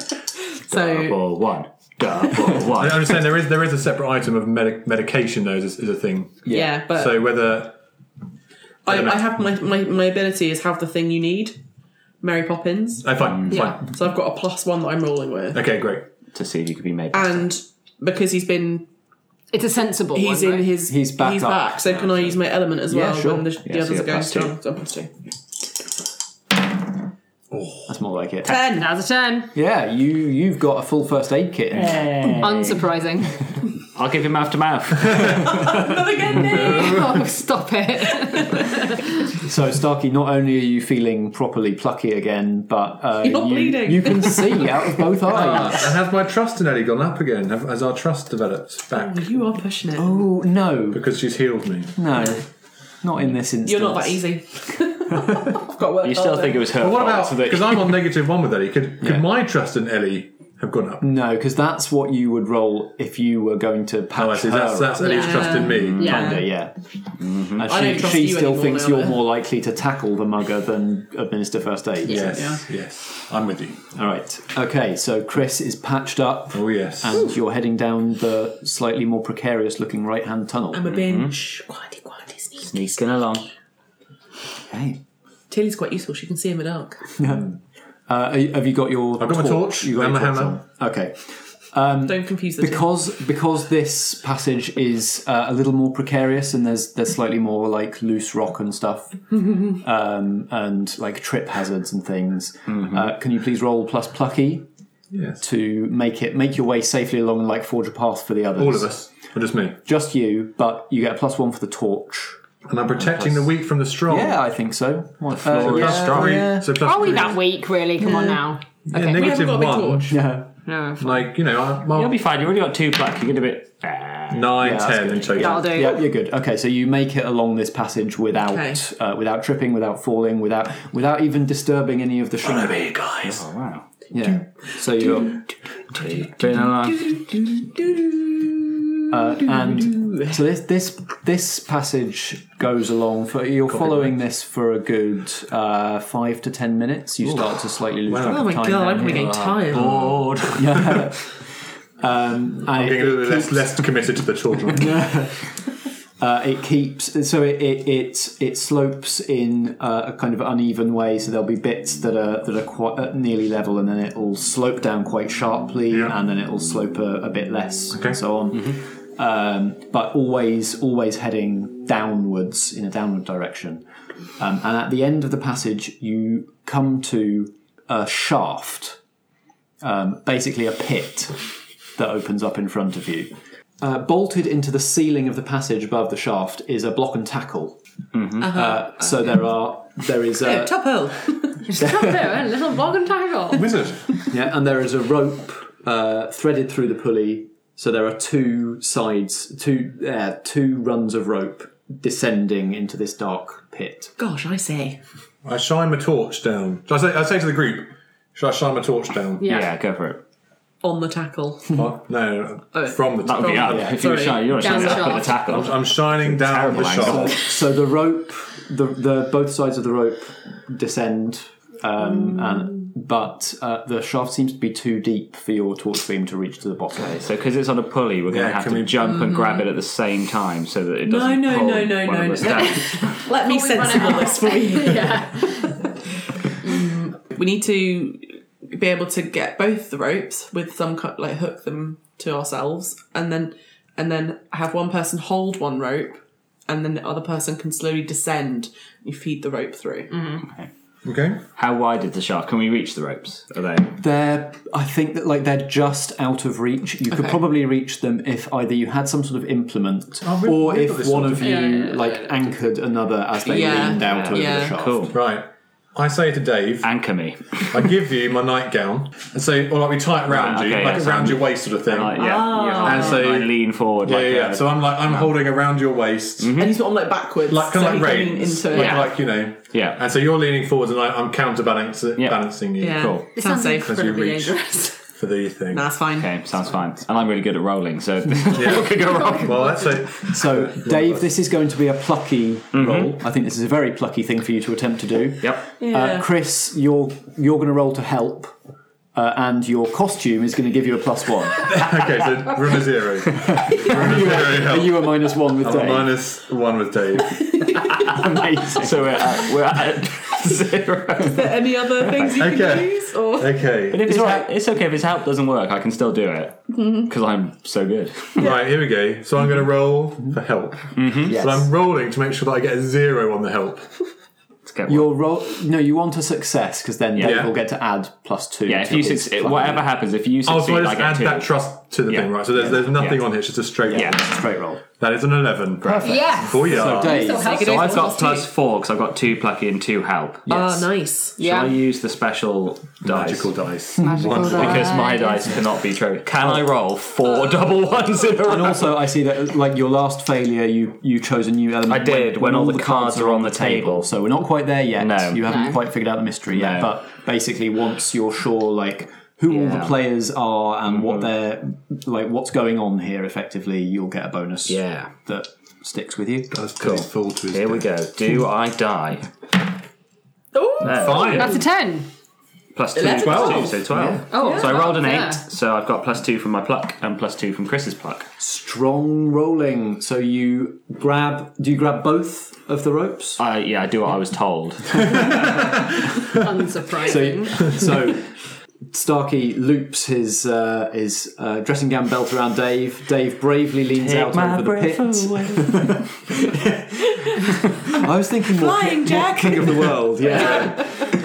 Speaker 3: So
Speaker 6: Double one. Double one.
Speaker 5: I'm just saying there is there is a separate item of medic- medication though is, is a thing.
Speaker 3: yeah, but
Speaker 5: So whether
Speaker 3: I,
Speaker 5: don't know.
Speaker 3: Um, I have my, my my ability is have the thing you need. Mary Poppins.
Speaker 5: oh, fine,
Speaker 3: Yeah.
Speaker 5: fine,
Speaker 3: So I've got a plus one that I'm rolling with,
Speaker 5: okay, great.
Speaker 6: to see if you could be made.
Speaker 3: and because he's been
Speaker 4: It's a sensible
Speaker 3: he's
Speaker 4: one.
Speaker 3: in
Speaker 4: right?
Speaker 3: his
Speaker 2: He's back up.
Speaker 3: back, so can I use my element as
Speaker 2: Yeah,
Speaker 3: well
Speaker 2: sure.
Speaker 3: when the,
Speaker 6: Yeah, so
Speaker 3: the others
Speaker 6: you're
Speaker 3: are going
Speaker 6: plus two.
Speaker 3: strong? So I'm plus two.
Speaker 2: That's more like it.
Speaker 4: And
Speaker 3: Ten.
Speaker 4: that's a ten.
Speaker 2: Yeah, you you've got a full first aid kit.
Speaker 4: Unsurprising.
Speaker 6: I'll give him mouth to mouth.
Speaker 3: Another again, Nick.
Speaker 4: oh, stop it.
Speaker 2: So Starkey, not only are you feeling properly plucky again, but uh,
Speaker 3: You're
Speaker 2: you,
Speaker 3: bleeding.
Speaker 2: you can see out of both eyes.
Speaker 5: and has my trust in Ellie gone up again? Have, has our trust developed back
Speaker 3: You are pushing it.
Speaker 2: Oh no,
Speaker 5: because she's healed me?
Speaker 2: no, not in this instance.
Speaker 3: You're not that easy. I've got work.
Speaker 6: You still
Speaker 3: harder.
Speaker 6: think it was her
Speaker 5: But what
Speaker 6: fault,
Speaker 5: about
Speaker 6: so that-
Speaker 5: because I'm on negative one with Ellie? Could could
Speaker 2: Yeah.
Speaker 5: my trust in Ellie have gone up?
Speaker 2: No, because that's what you would roll if you were going to patch
Speaker 5: Oh, I see.
Speaker 2: her.
Speaker 5: That's that's Mm-hmm. Ellie's
Speaker 4: Yeah.
Speaker 5: trust in me.
Speaker 4: Yeah.
Speaker 3: Um,
Speaker 2: Kinda, yeah. And
Speaker 3: I don't
Speaker 2: she,
Speaker 3: trust
Speaker 2: she
Speaker 3: you
Speaker 2: still
Speaker 3: anymore
Speaker 2: thinks
Speaker 3: now,
Speaker 2: you're
Speaker 3: though.
Speaker 2: more likely to tackle the mugger than administer first aid.
Speaker 5: Yes, yes, I'm with you.
Speaker 2: All right. Okay. So Chris is patched up,
Speaker 5: Oh yes.
Speaker 2: and you're heading down the slightly more precarious-looking right-hand tunnel.
Speaker 3: I'm a bench. Quality, quality, sneak.
Speaker 6: Sneaking along.
Speaker 2: Okay.
Speaker 3: Tilly's quite useful. She can see in the dark.
Speaker 2: Uh, are you- have you got your?
Speaker 5: I've got my torch
Speaker 2: You got
Speaker 5: and
Speaker 2: your
Speaker 5: my
Speaker 2: torch
Speaker 5: hammer.
Speaker 2: on. Okay.
Speaker 3: Don't confuse the two.
Speaker 2: because because this passage is uh, a little more precarious and there's there's slightly more like loose rock and stuff um, and like trip hazards and things. Uh, can you please roll plus plucky
Speaker 5: yes.
Speaker 2: to make it make your way safely along and like forge a path for the others?
Speaker 5: All of us, or just me,
Speaker 2: just you, but you get a plus one for the torch.
Speaker 5: and I'm protecting the weak from the strong.
Speaker 2: Yeah, I think so. What,
Speaker 5: So
Speaker 2: uh,
Speaker 5: plus
Speaker 2: yeah,
Speaker 5: three.
Speaker 2: yeah.
Speaker 5: So plus
Speaker 4: Are we
Speaker 5: three.
Speaker 4: that weak, really? Come on now.
Speaker 5: Yeah,
Speaker 4: Okay.
Speaker 3: We haven't
Speaker 5: negative
Speaker 3: got a big
Speaker 5: one.
Speaker 3: torch.
Speaker 2: Yeah.
Speaker 4: No, f-
Speaker 5: Like you know, I,
Speaker 6: You'll
Speaker 5: well,
Speaker 6: be fine. You've already got two black. You're going to be. Ah.
Speaker 5: nine,
Speaker 2: Yeah, that's
Speaker 5: ten
Speaker 2: good.
Speaker 5: in total.
Speaker 4: that'll do.
Speaker 2: Yeah, you're good. Okay, so you make it along this passage without
Speaker 3: Okay.
Speaker 2: uh, without tripping, without falling, without without even disturbing any of the shrubbery.
Speaker 5: guys.
Speaker 6: Oh, wow.
Speaker 2: Yeah. So you're
Speaker 6: Been along.
Speaker 2: uh, and so this this this passage goes along for you're following this for a good uh, five to ten minutes. You start to slightly lose track
Speaker 3: Oh my
Speaker 2: of time. Oh.
Speaker 3: god, I'm
Speaker 2: down
Speaker 3: probably
Speaker 2: here.
Speaker 3: getting tired.
Speaker 5: Bored.
Speaker 2: Yeah. um, and
Speaker 5: Being a
Speaker 2: it,
Speaker 5: little bit less, less committed to the children.
Speaker 2: uh, it keeps so it it it, it slopes in uh, a kind of uneven way. So there'll be bits that are that are quite uh, nearly level, and then it'll slope down quite sharply,
Speaker 5: Yeah.
Speaker 2: and then it'll slope a, a bit less,
Speaker 5: Okay. Mm-hmm.
Speaker 2: and so on. um, but always always heading downwards in a downward direction. Um, and at the end of the passage, you come to a shaft, um, basically a pit that opens up in front of you. Uh, bolted into the ceiling of the passage above the shaft is a block and tackle. Uh, so there are there is a,
Speaker 3: Oh, top hole.
Speaker 4: Stop it. A little bog and tackle.
Speaker 5: Wizard.
Speaker 2: yeah, and there is a rope uh, threaded through the pulley. So there are two sides, two uh, two runs of rope descending into this dark pit.
Speaker 3: Gosh, I say.
Speaker 5: I shine my torch down. So I say, I say to the group, Should I shine my torch down?
Speaker 4: Yeah.
Speaker 6: Yeah, go for it.
Speaker 3: on the tackle.
Speaker 5: What? No, no, no.
Speaker 3: Oh.
Speaker 5: from the
Speaker 6: That would be
Speaker 5: top.
Speaker 6: up. if you were
Speaker 3: Sorry.
Speaker 6: shy, you want to
Speaker 4: Down
Speaker 6: shine
Speaker 4: the
Speaker 6: it up at the
Speaker 4: shaft.
Speaker 6: tackle.
Speaker 5: I'm shining down
Speaker 6: Terrible
Speaker 5: the
Speaker 6: angle.
Speaker 5: shaft.
Speaker 2: So the rope, the the both sides of the rope descend, um, and but uh, the shaft seems to be too deep for your torch beam to reach to the bottom.
Speaker 6: So because it's on a pulley, we're going
Speaker 5: Yeah,
Speaker 6: to have
Speaker 5: can
Speaker 6: to
Speaker 5: we-
Speaker 6: jump and grab it at the same time so that it
Speaker 3: Mm-hmm. No,
Speaker 6: doesn't
Speaker 3: no,
Speaker 6: pull
Speaker 3: no, no,
Speaker 6: one
Speaker 3: no,
Speaker 6: of us
Speaker 3: no.
Speaker 6: down.
Speaker 3: Let me
Speaker 4: we run
Speaker 3: sensible
Speaker 4: out.
Speaker 3: this for you.
Speaker 4: yeah.
Speaker 3: Mm-hmm. We need to be able to get both the ropes with some cut, like hook them to ourselves, and then and then have one person hold one rope, and then the other person can slowly descend. You feed the rope through.
Speaker 4: Mm-hmm.
Speaker 5: Okay.
Speaker 6: How wide is the shaft? Can we reach the ropes? Are they?
Speaker 2: They're, I think that like they're just out of reach. You could
Speaker 3: Okay.
Speaker 2: probably reach them if either you had some sort of implement,
Speaker 5: Oh, we've-
Speaker 2: or
Speaker 5: we've got
Speaker 2: if
Speaker 5: this
Speaker 2: one
Speaker 5: sort
Speaker 2: of
Speaker 5: of-
Speaker 2: you
Speaker 4: Yeah, yeah, yeah,
Speaker 2: like
Speaker 4: yeah.
Speaker 2: anchored another as they
Speaker 3: Yeah.
Speaker 2: leaned out over the
Speaker 3: Yeah.
Speaker 2: shaft.
Speaker 6: Cool.
Speaker 5: Right. I say to Dave,
Speaker 6: Anchor me.
Speaker 5: I give you my nightgown, and so or like we tie it round
Speaker 6: Right,
Speaker 5: you,
Speaker 6: okay,
Speaker 5: like
Speaker 6: yeah, so
Speaker 5: around
Speaker 6: I'm-
Speaker 5: your waist, sort of thing.
Speaker 6: And I, yeah.
Speaker 3: Ah.
Speaker 6: yeah.
Speaker 5: And so-
Speaker 6: I lean forward.
Speaker 5: yeah,
Speaker 6: like
Speaker 5: yeah, yeah.
Speaker 6: A,
Speaker 5: So I'm like, I'm holding around your waist,
Speaker 6: Mm-hmm.
Speaker 3: And he's not on like backwards,
Speaker 5: like
Speaker 3: so
Speaker 5: kind of
Speaker 3: he's
Speaker 5: like
Speaker 3: leaning
Speaker 5: reins,
Speaker 3: into it.
Speaker 5: like,
Speaker 6: Yeah.
Speaker 5: like you know.
Speaker 6: Yeah.
Speaker 5: And so you're leaning forwards, and I, I'm counterbalancing
Speaker 6: Yeah.
Speaker 5: balancing you
Speaker 3: Yeah.
Speaker 6: Cool.
Speaker 4: It
Speaker 3: Sounds
Speaker 4: sounds
Speaker 3: safe.
Speaker 4: incredibly
Speaker 5: reach.
Speaker 4: dangerous.
Speaker 5: for the thing.
Speaker 3: That's fine.
Speaker 6: okay, sounds fine. And I'm really good at rolling, so what could go wrong?
Speaker 5: Well, that's it.
Speaker 2: So, Dave, this is going to be a plucky roll. I think this is a very plucky thing for you to attempt to do.
Speaker 6: Yep.
Speaker 2: Uh, Chris, you're you're going to roll to help, uh, and your costume is going to give you a plus one.
Speaker 5: Okay, so run a zero. run a zero
Speaker 2: Are
Speaker 5: help.
Speaker 2: you a minus one with
Speaker 5: I'm a
Speaker 2: Dave?
Speaker 5: minus one with Dave.
Speaker 2: Amazing.
Speaker 6: So we're at, we're at zero.
Speaker 3: Are there any other things you can
Speaker 5: Okay.
Speaker 3: use? Or
Speaker 5: Okay.
Speaker 6: It's, alright. Mm-hmm. it's okay if his help doesn't work. I can still do it because I'm so good.
Speaker 5: Right, here we go. So I'm going to roll for help.
Speaker 2: yes.
Speaker 5: So I'm rolling to make sure that I get a zero on the help.
Speaker 6: Let's get one.
Speaker 2: Your roll. No, you want a success because then Dave
Speaker 5: Yeah.
Speaker 2: will get to add plus two.
Speaker 6: yeah, if
Speaker 2: to
Speaker 6: you
Speaker 2: his
Speaker 6: succeed,
Speaker 2: plucky.
Speaker 6: whatever happens, if you
Speaker 5: Oh,
Speaker 6: succeed,
Speaker 5: so I
Speaker 6: I
Speaker 5: just
Speaker 6: get
Speaker 5: add
Speaker 6: two.
Speaker 5: that trust to the
Speaker 6: Yeah.
Speaker 5: thing, right? So there's, there's nothing
Speaker 6: Yeah.
Speaker 5: on here. It's just a straight.
Speaker 6: Yeah.
Speaker 5: one.
Speaker 2: Straight roll.
Speaker 5: That is an eleven. Perfect.
Speaker 4: Yes.
Speaker 5: Oh yeah.
Speaker 2: So Dave,
Speaker 4: So help.
Speaker 6: So I've got plus four because I've got two plucky and two help.
Speaker 3: Ah,
Speaker 4: Oh,
Speaker 3: nice.
Speaker 6: Shall I
Speaker 4: Yeah.
Speaker 6: use the special dice?
Speaker 5: Magical dice.
Speaker 6: Because my dice cannot be true. Can I roll four double ones in a
Speaker 2: and
Speaker 6: row?
Speaker 2: also I see that like your last failure, you you chose a new element.
Speaker 6: I did, when all the cards are on the table.
Speaker 2: So we're not quite there yet.
Speaker 6: No.
Speaker 2: you haven't
Speaker 4: No.
Speaker 2: quite figured out the mystery yet.
Speaker 6: No.
Speaker 2: But basically, once you're sure, like who all the
Speaker 6: Yeah. Mm-hmm.
Speaker 2: players are and what they're like, what's going on here, effectively, you'll get a bonus.
Speaker 6: Yeah.
Speaker 2: that sticks with you.
Speaker 5: That's cool. Full to his
Speaker 6: Here we go. Do I die? No.
Speaker 4: That's a 10.
Speaker 6: Plus two, plus
Speaker 3: Eleven.
Speaker 5: Twelve.
Speaker 6: two, so twelve.
Speaker 4: Oh,
Speaker 6: So I rolled an eight,
Speaker 4: yeah.
Speaker 6: so I've got plus two from my pluck and plus two from Chris's pluck.
Speaker 2: Strong rolling. So you grab. Do you grab both of the ropes?
Speaker 6: I, yeah, I do what I was told.
Speaker 2: So,
Speaker 4: Unsurprising.
Speaker 2: so Starkey loops his uh, his uh, dressing gown belt around Dave. Dave bravely leans out over the pit. I was thinking more,
Speaker 3: Flying
Speaker 2: more
Speaker 3: Jack.
Speaker 2: King of the World. Yeah.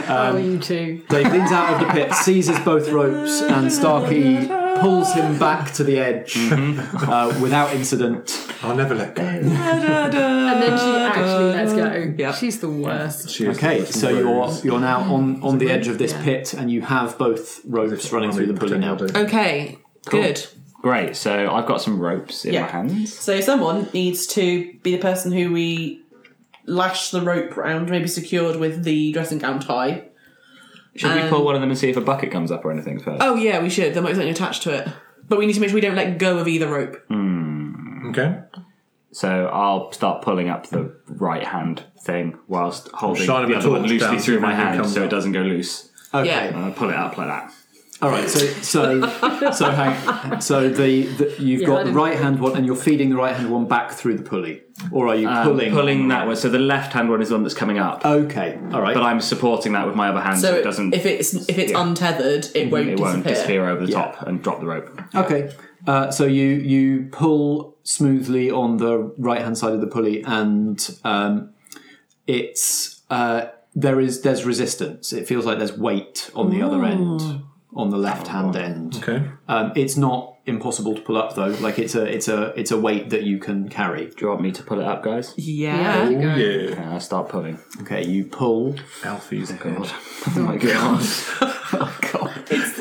Speaker 4: oh, you two.
Speaker 2: Dave leans out of the pit, seizes both ropes, and Starkey pulls him back to the edge uh, without incident.
Speaker 5: I'll never let go.
Speaker 4: And then she actually lets go.
Speaker 3: Yeah.
Speaker 4: She's the worst.
Speaker 5: She is
Speaker 2: Okay,
Speaker 5: the
Speaker 2: so you're
Speaker 5: rose.
Speaker 2: you're now on, on the edge of this
Speaker 4: Yeah.
Speaker 2: pit, and you have both ropes running through the pulley now.
Speaker 3: Okay. Good.
Speaker 6: Great, so I've got some ropes in
Speaker 3: Yeah.
Speaker 6: my hands.
Speaker 3: So someone needs to be the person who we lash the rope round, maybe secured with the dressing gown tie.
Speaker 6: Should we pull one of them and see if a bucket comes up or anything first?
Speaker 3: Oh yeah, we should. There might be something attached to it. But we need to make sure we don't let go of either rope.
Speaker 6: Mm,
Speaker 5: Okay.
Speaker 6: So I'll start pulling up the right hand thing whilst holding
Speaker 5: Shining
Speaker 6: the
Speaker 5: my
Speaker 6: other one
Speaker 5: torch
Speaker 6: loosely
Speaker 5: down
Speaker 6: through
Speaker 5: so
Speaker 6: my
Speaker 5: nothing
Speaker 6: hand
Speaker 5: comes
Speaker 6: so it
Speaker 5: up.
Speaker 6: doesn't go loose.
Speaker 2: Okay.
Speaker 3: Yeah.
Speaker 6: And I pull it up like that.
Speaker 2: All right, so so so hang, so the, the you've
Speaker 4: I
Speaker 2: got the
Speaker 4: didn't-
Speaker 2: right hand one, and you're feeding the right hand one back through the pulley, or are you
Speaker 6: Um,
Speaker 2: pulling?
Speaker 6: pulling that way. So the left hand one is the one that's coming up.
Speaker 2: Okay, all right.
Speaker 6: But I'm supporting that with my other hand so,
Speaker 3: So
Speaker 6: it doesn't
Speaker 3: if it's if it's
Speaker 6: yeah.
Speaker 3: untethered, it won't
Speaker 6: it
Speaker 3: disappear.
Speaker 6: won't disappear over the
Speaker 2: Yeah.
Speaker 6: top and drop the rope.
Speaker 2: okay, uh, so you you pull smoothly on the right hand side of the pulley, and um, it's uh, there is there's resistance. It feels like there's weight on the other end, on the left hand end.
Speaker 5: Okay. Oh,
Speaker 2: Um, it's not impossible to pull up though. Like it's a it's a it's a weight that you can carry.
Speaker 6: Do you want me to pull it up, guys?
Speaker 3: Yeah.
Speaker 5: Oh, yeah.
Speaker 6: Okay, I start pulling.
Speaker 2: Okay, you pull.
Speaker 5: Alfie's head.
Speaker 6: Oh my god. Oh,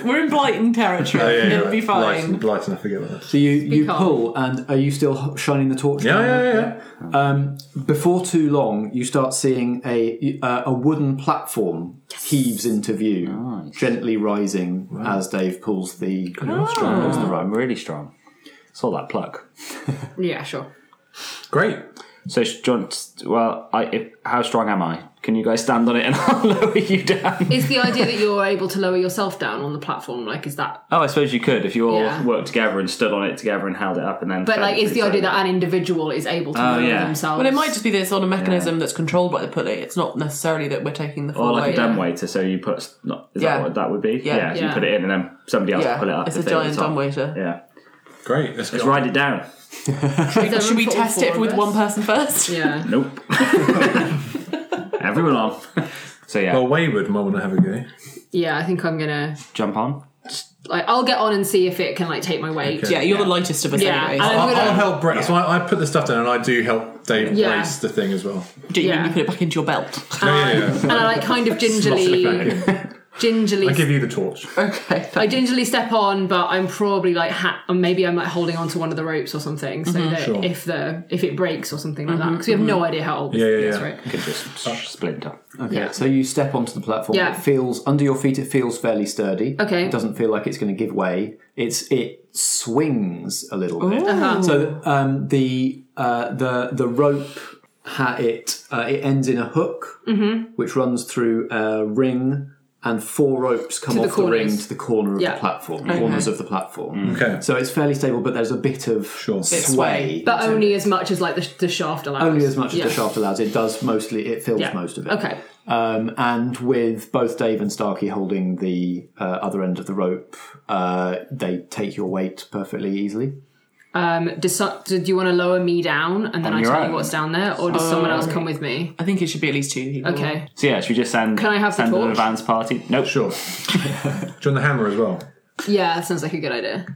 Speaker 3: We're in blighting territory.
Speaker 5: Oh, yeah,
Speaker 3: It'll
Speaker 5: right.
Speaker 3: be
Speaker 5: Blight-
Speaker 3: fine.
Speaker 5: Blight, I forget about that.
Speaker 2: So you you
Speaker 4: calm.
Speaker 2: pull, and are you still shining the torch?
Speaker 5: Yeah,
Speaker 2: down?
Speaker 5: yeah, yeah. yeah.
Speaker 2: Um, before too long, you start seeing a uh, a wooden platform heaves into view, gently rising as Dave pulls the.
Speaker 6: That's the rhyme. Really strong. Saw that pluck.
Speaker 4: Yeah, sure.
Speaker 5: Great.
Speaker 6: So, sh- do you want- well, I, if, how strong am I? Can you guys stand on it and I'll lower you down?
Speaker 4: Is the idea that you're able to lower yourself down on the platform like is that?
Speaker 6: Oh, I suppose you could if you all
Speaker 4: Yeah.
Speaker 6: worked together and stood on it together and held it up and then.
Speaker 4: But
Speaker 6: fed
Speaker 4: like,
Speaker 6: it
Speaker 4: is
Speaker 6: through
Speaker 4: the idea
Speaker 6: fire.
Speaker 4: that an individual is able to
Speaker 6: Oh,
Speaker 4: lower
Speaker 6: yeah.
Speaker 4: themselves?
Speaker 3: Well, it might just be this on a mechanism that's controlled by the pulley. It's not necessarily that we're taking the full
Speaker 6: Or like
Speaker 3: weight.
Speaker 6: a dumb waiter, so you put. s- Not, is
Speaker 3: Oh, Yeah.
Speaker 6: that what that would be?
Speaker 3: Yeah.
Speaker 6: so
Speaker 4: Yeah.
Speaker 6: you put it in and then somebody else
Speaker 3: Yeah,
Speaker 6: pull it up.
Speaker 3: it's
Speaker 6: if
Speaker 3: a
Speaker 6: they were
Speaker 3: giant
Speaker 6: top.
Speaker 3: dumb waiter.
Speaker 6: Yeah.
Speaker 5: Great. Let's go.
Speaker 6: Let's ride it down.
Speaker 4: Is
Speaker 3: Should we
Speaker 4: there room for
Speaker 3: test
Speaker 4: all
Speaker 3: it
Speaker 4: four
Speaker 3: with
Speaker 4: of
Speaker 3: one
Speaker 4: us?
Speaker 3: person first?
Speaker 4: Yeah.
Speaker 6: Nope. Everyone on. So yeah,
Speaker 5: Well, Wayward might want to have a go.
Speaker 4: Yeah, I think I'm gonna.
Speaker 6: jump on.
Speaker 4: Like, I'll get on and see if it can like take my weight.
Speaker 5: Okay.
Speaker 3: Yeah, you're the lightest of us
Speaker 4: Yeah,
Speaker 3: anyway.
Speaker 4: and-
Speaker 5: I'll,
Speaker 4: I'm gonna-
Speaker 5: I'll help Brett. So I, I put the stuff down and I do help Dave
Speaker 4: um, Yeah.
Speaker 5: brace the thing as well.
Speaker 3: Do you,
Speaker 4: yeah.
Speaker 3: you put it back into your belt?
Speaker 5: No, yeah, yeah.
Speaker 4: And I like kind of gingerly,
Speaker 5: Back in.
Speaker 4: gingerly,
Speaker 5: I give you the torch.
Speaker 3: okay.
Speaker 4: I gingerly step on, but I'm probably like, ha- or maybe I'm like holding onto one of the ropes or something,
Speaker 3: Mm-hmm.
Speaker 4: so that
Speaker 5: Sure. Mm-hmm.
Speaker 4: if the if it breaks or something like that, because we have no idea how old
Speaker 5: Yeah, yeah,
Speaker 4: this
Speaker 5: yeah.
Speaker 4: thing is, right?
Speaker 6: Could just s- splinter.
Speaker 2: Okay, so you step onto the platform.
Speaker 4: Yeah.
Speaker 2: It feels under your feet. It feels fairly sturdy.
Speaker 4: Okay.
Speaker 2: it doesn't feel like it's going to give way. It's it swings a little bit.
Speaker 4: Uh-huh.
Speaker 2: So um, the uh, the the rope ha- it uh, it ends in a hook,
Speaker 4: Mm-hmm.
Speaker 2: which runs through a ring, and four ropes come
Speaker 4: the
Speaker 2: off the, ring
Speaker 4: corners.
Speaker 2: to the corner of
Speaker 4: Yeah.
Speaker 2: the platform, corners of the platform.
Speaker 5: Mm. Okay.
Speaker 2: So it's fairly stable, but there's a bit of sway,
Speaker 4: But only as much as like the, the shaft allows.
Speaker 2: only as much as
Speaker 4: Yeah.
Speaker 2: the shaft allows. It does mostly. It fills
Speaker 4: Yeah.
Speaker 2: most of it.
Speaker 4: Okay.
Speaker 2: Um, and with both Dave and Starkey holding the uh, other end of the rope, uh, they take your weight perfectly easily.
Speaker 4: Um, does so- do you want to lower me down and then
Speaker 6: On
Speaker 4: I
Speaker 6: your
Speaker 4: tell
Speaker 6: own.
Speaker 4: you what's down there, or does someone else come with me?
Speaker 3: I think it should be at least two
Speaker 6: Oh.
Speaker 3: people.
Speaker 4: Okay.
Speaker 6: So yeah, should we just send?
Speaker 4: Can I have the
Speaker 6: send an
Speaker 4: torch?
Speaker 6: advance party? Nope.
Speaker 5: Sure. do you want the hammer as well?
Speaker 4: Yeah, that sounds like a good idea.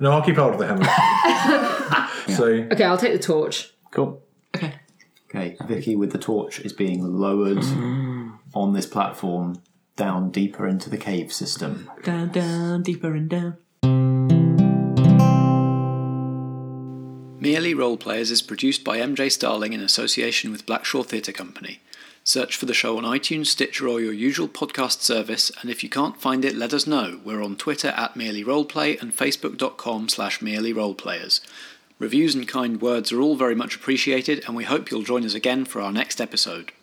Speaker 5: No, I'll keep hold of the hammer. So
Speaker 4: Okay, I'll take the torch.
Speaker 6: Cool.
Speaker 2: Okay, Vicky with the torch is being lowered
Speaker 4: Mm.
Speaker 2: on this platform down deeper into the cave system.
Speaker 3: Down, down, deeper and down.
Speaker 10: Merely Role Players is produced by MJ Starling in association with Blackshaw Theatre Company. Search for the show on iTunes, Stitcher, or your usual podcast service, and if you can't find it, let us know. We're on Twitter at Merely Roleplay and Facebook.com slash Merely Roleplayers. Reviews and kind words are all very much appreciated, and we hope you'll join us again for our next episode.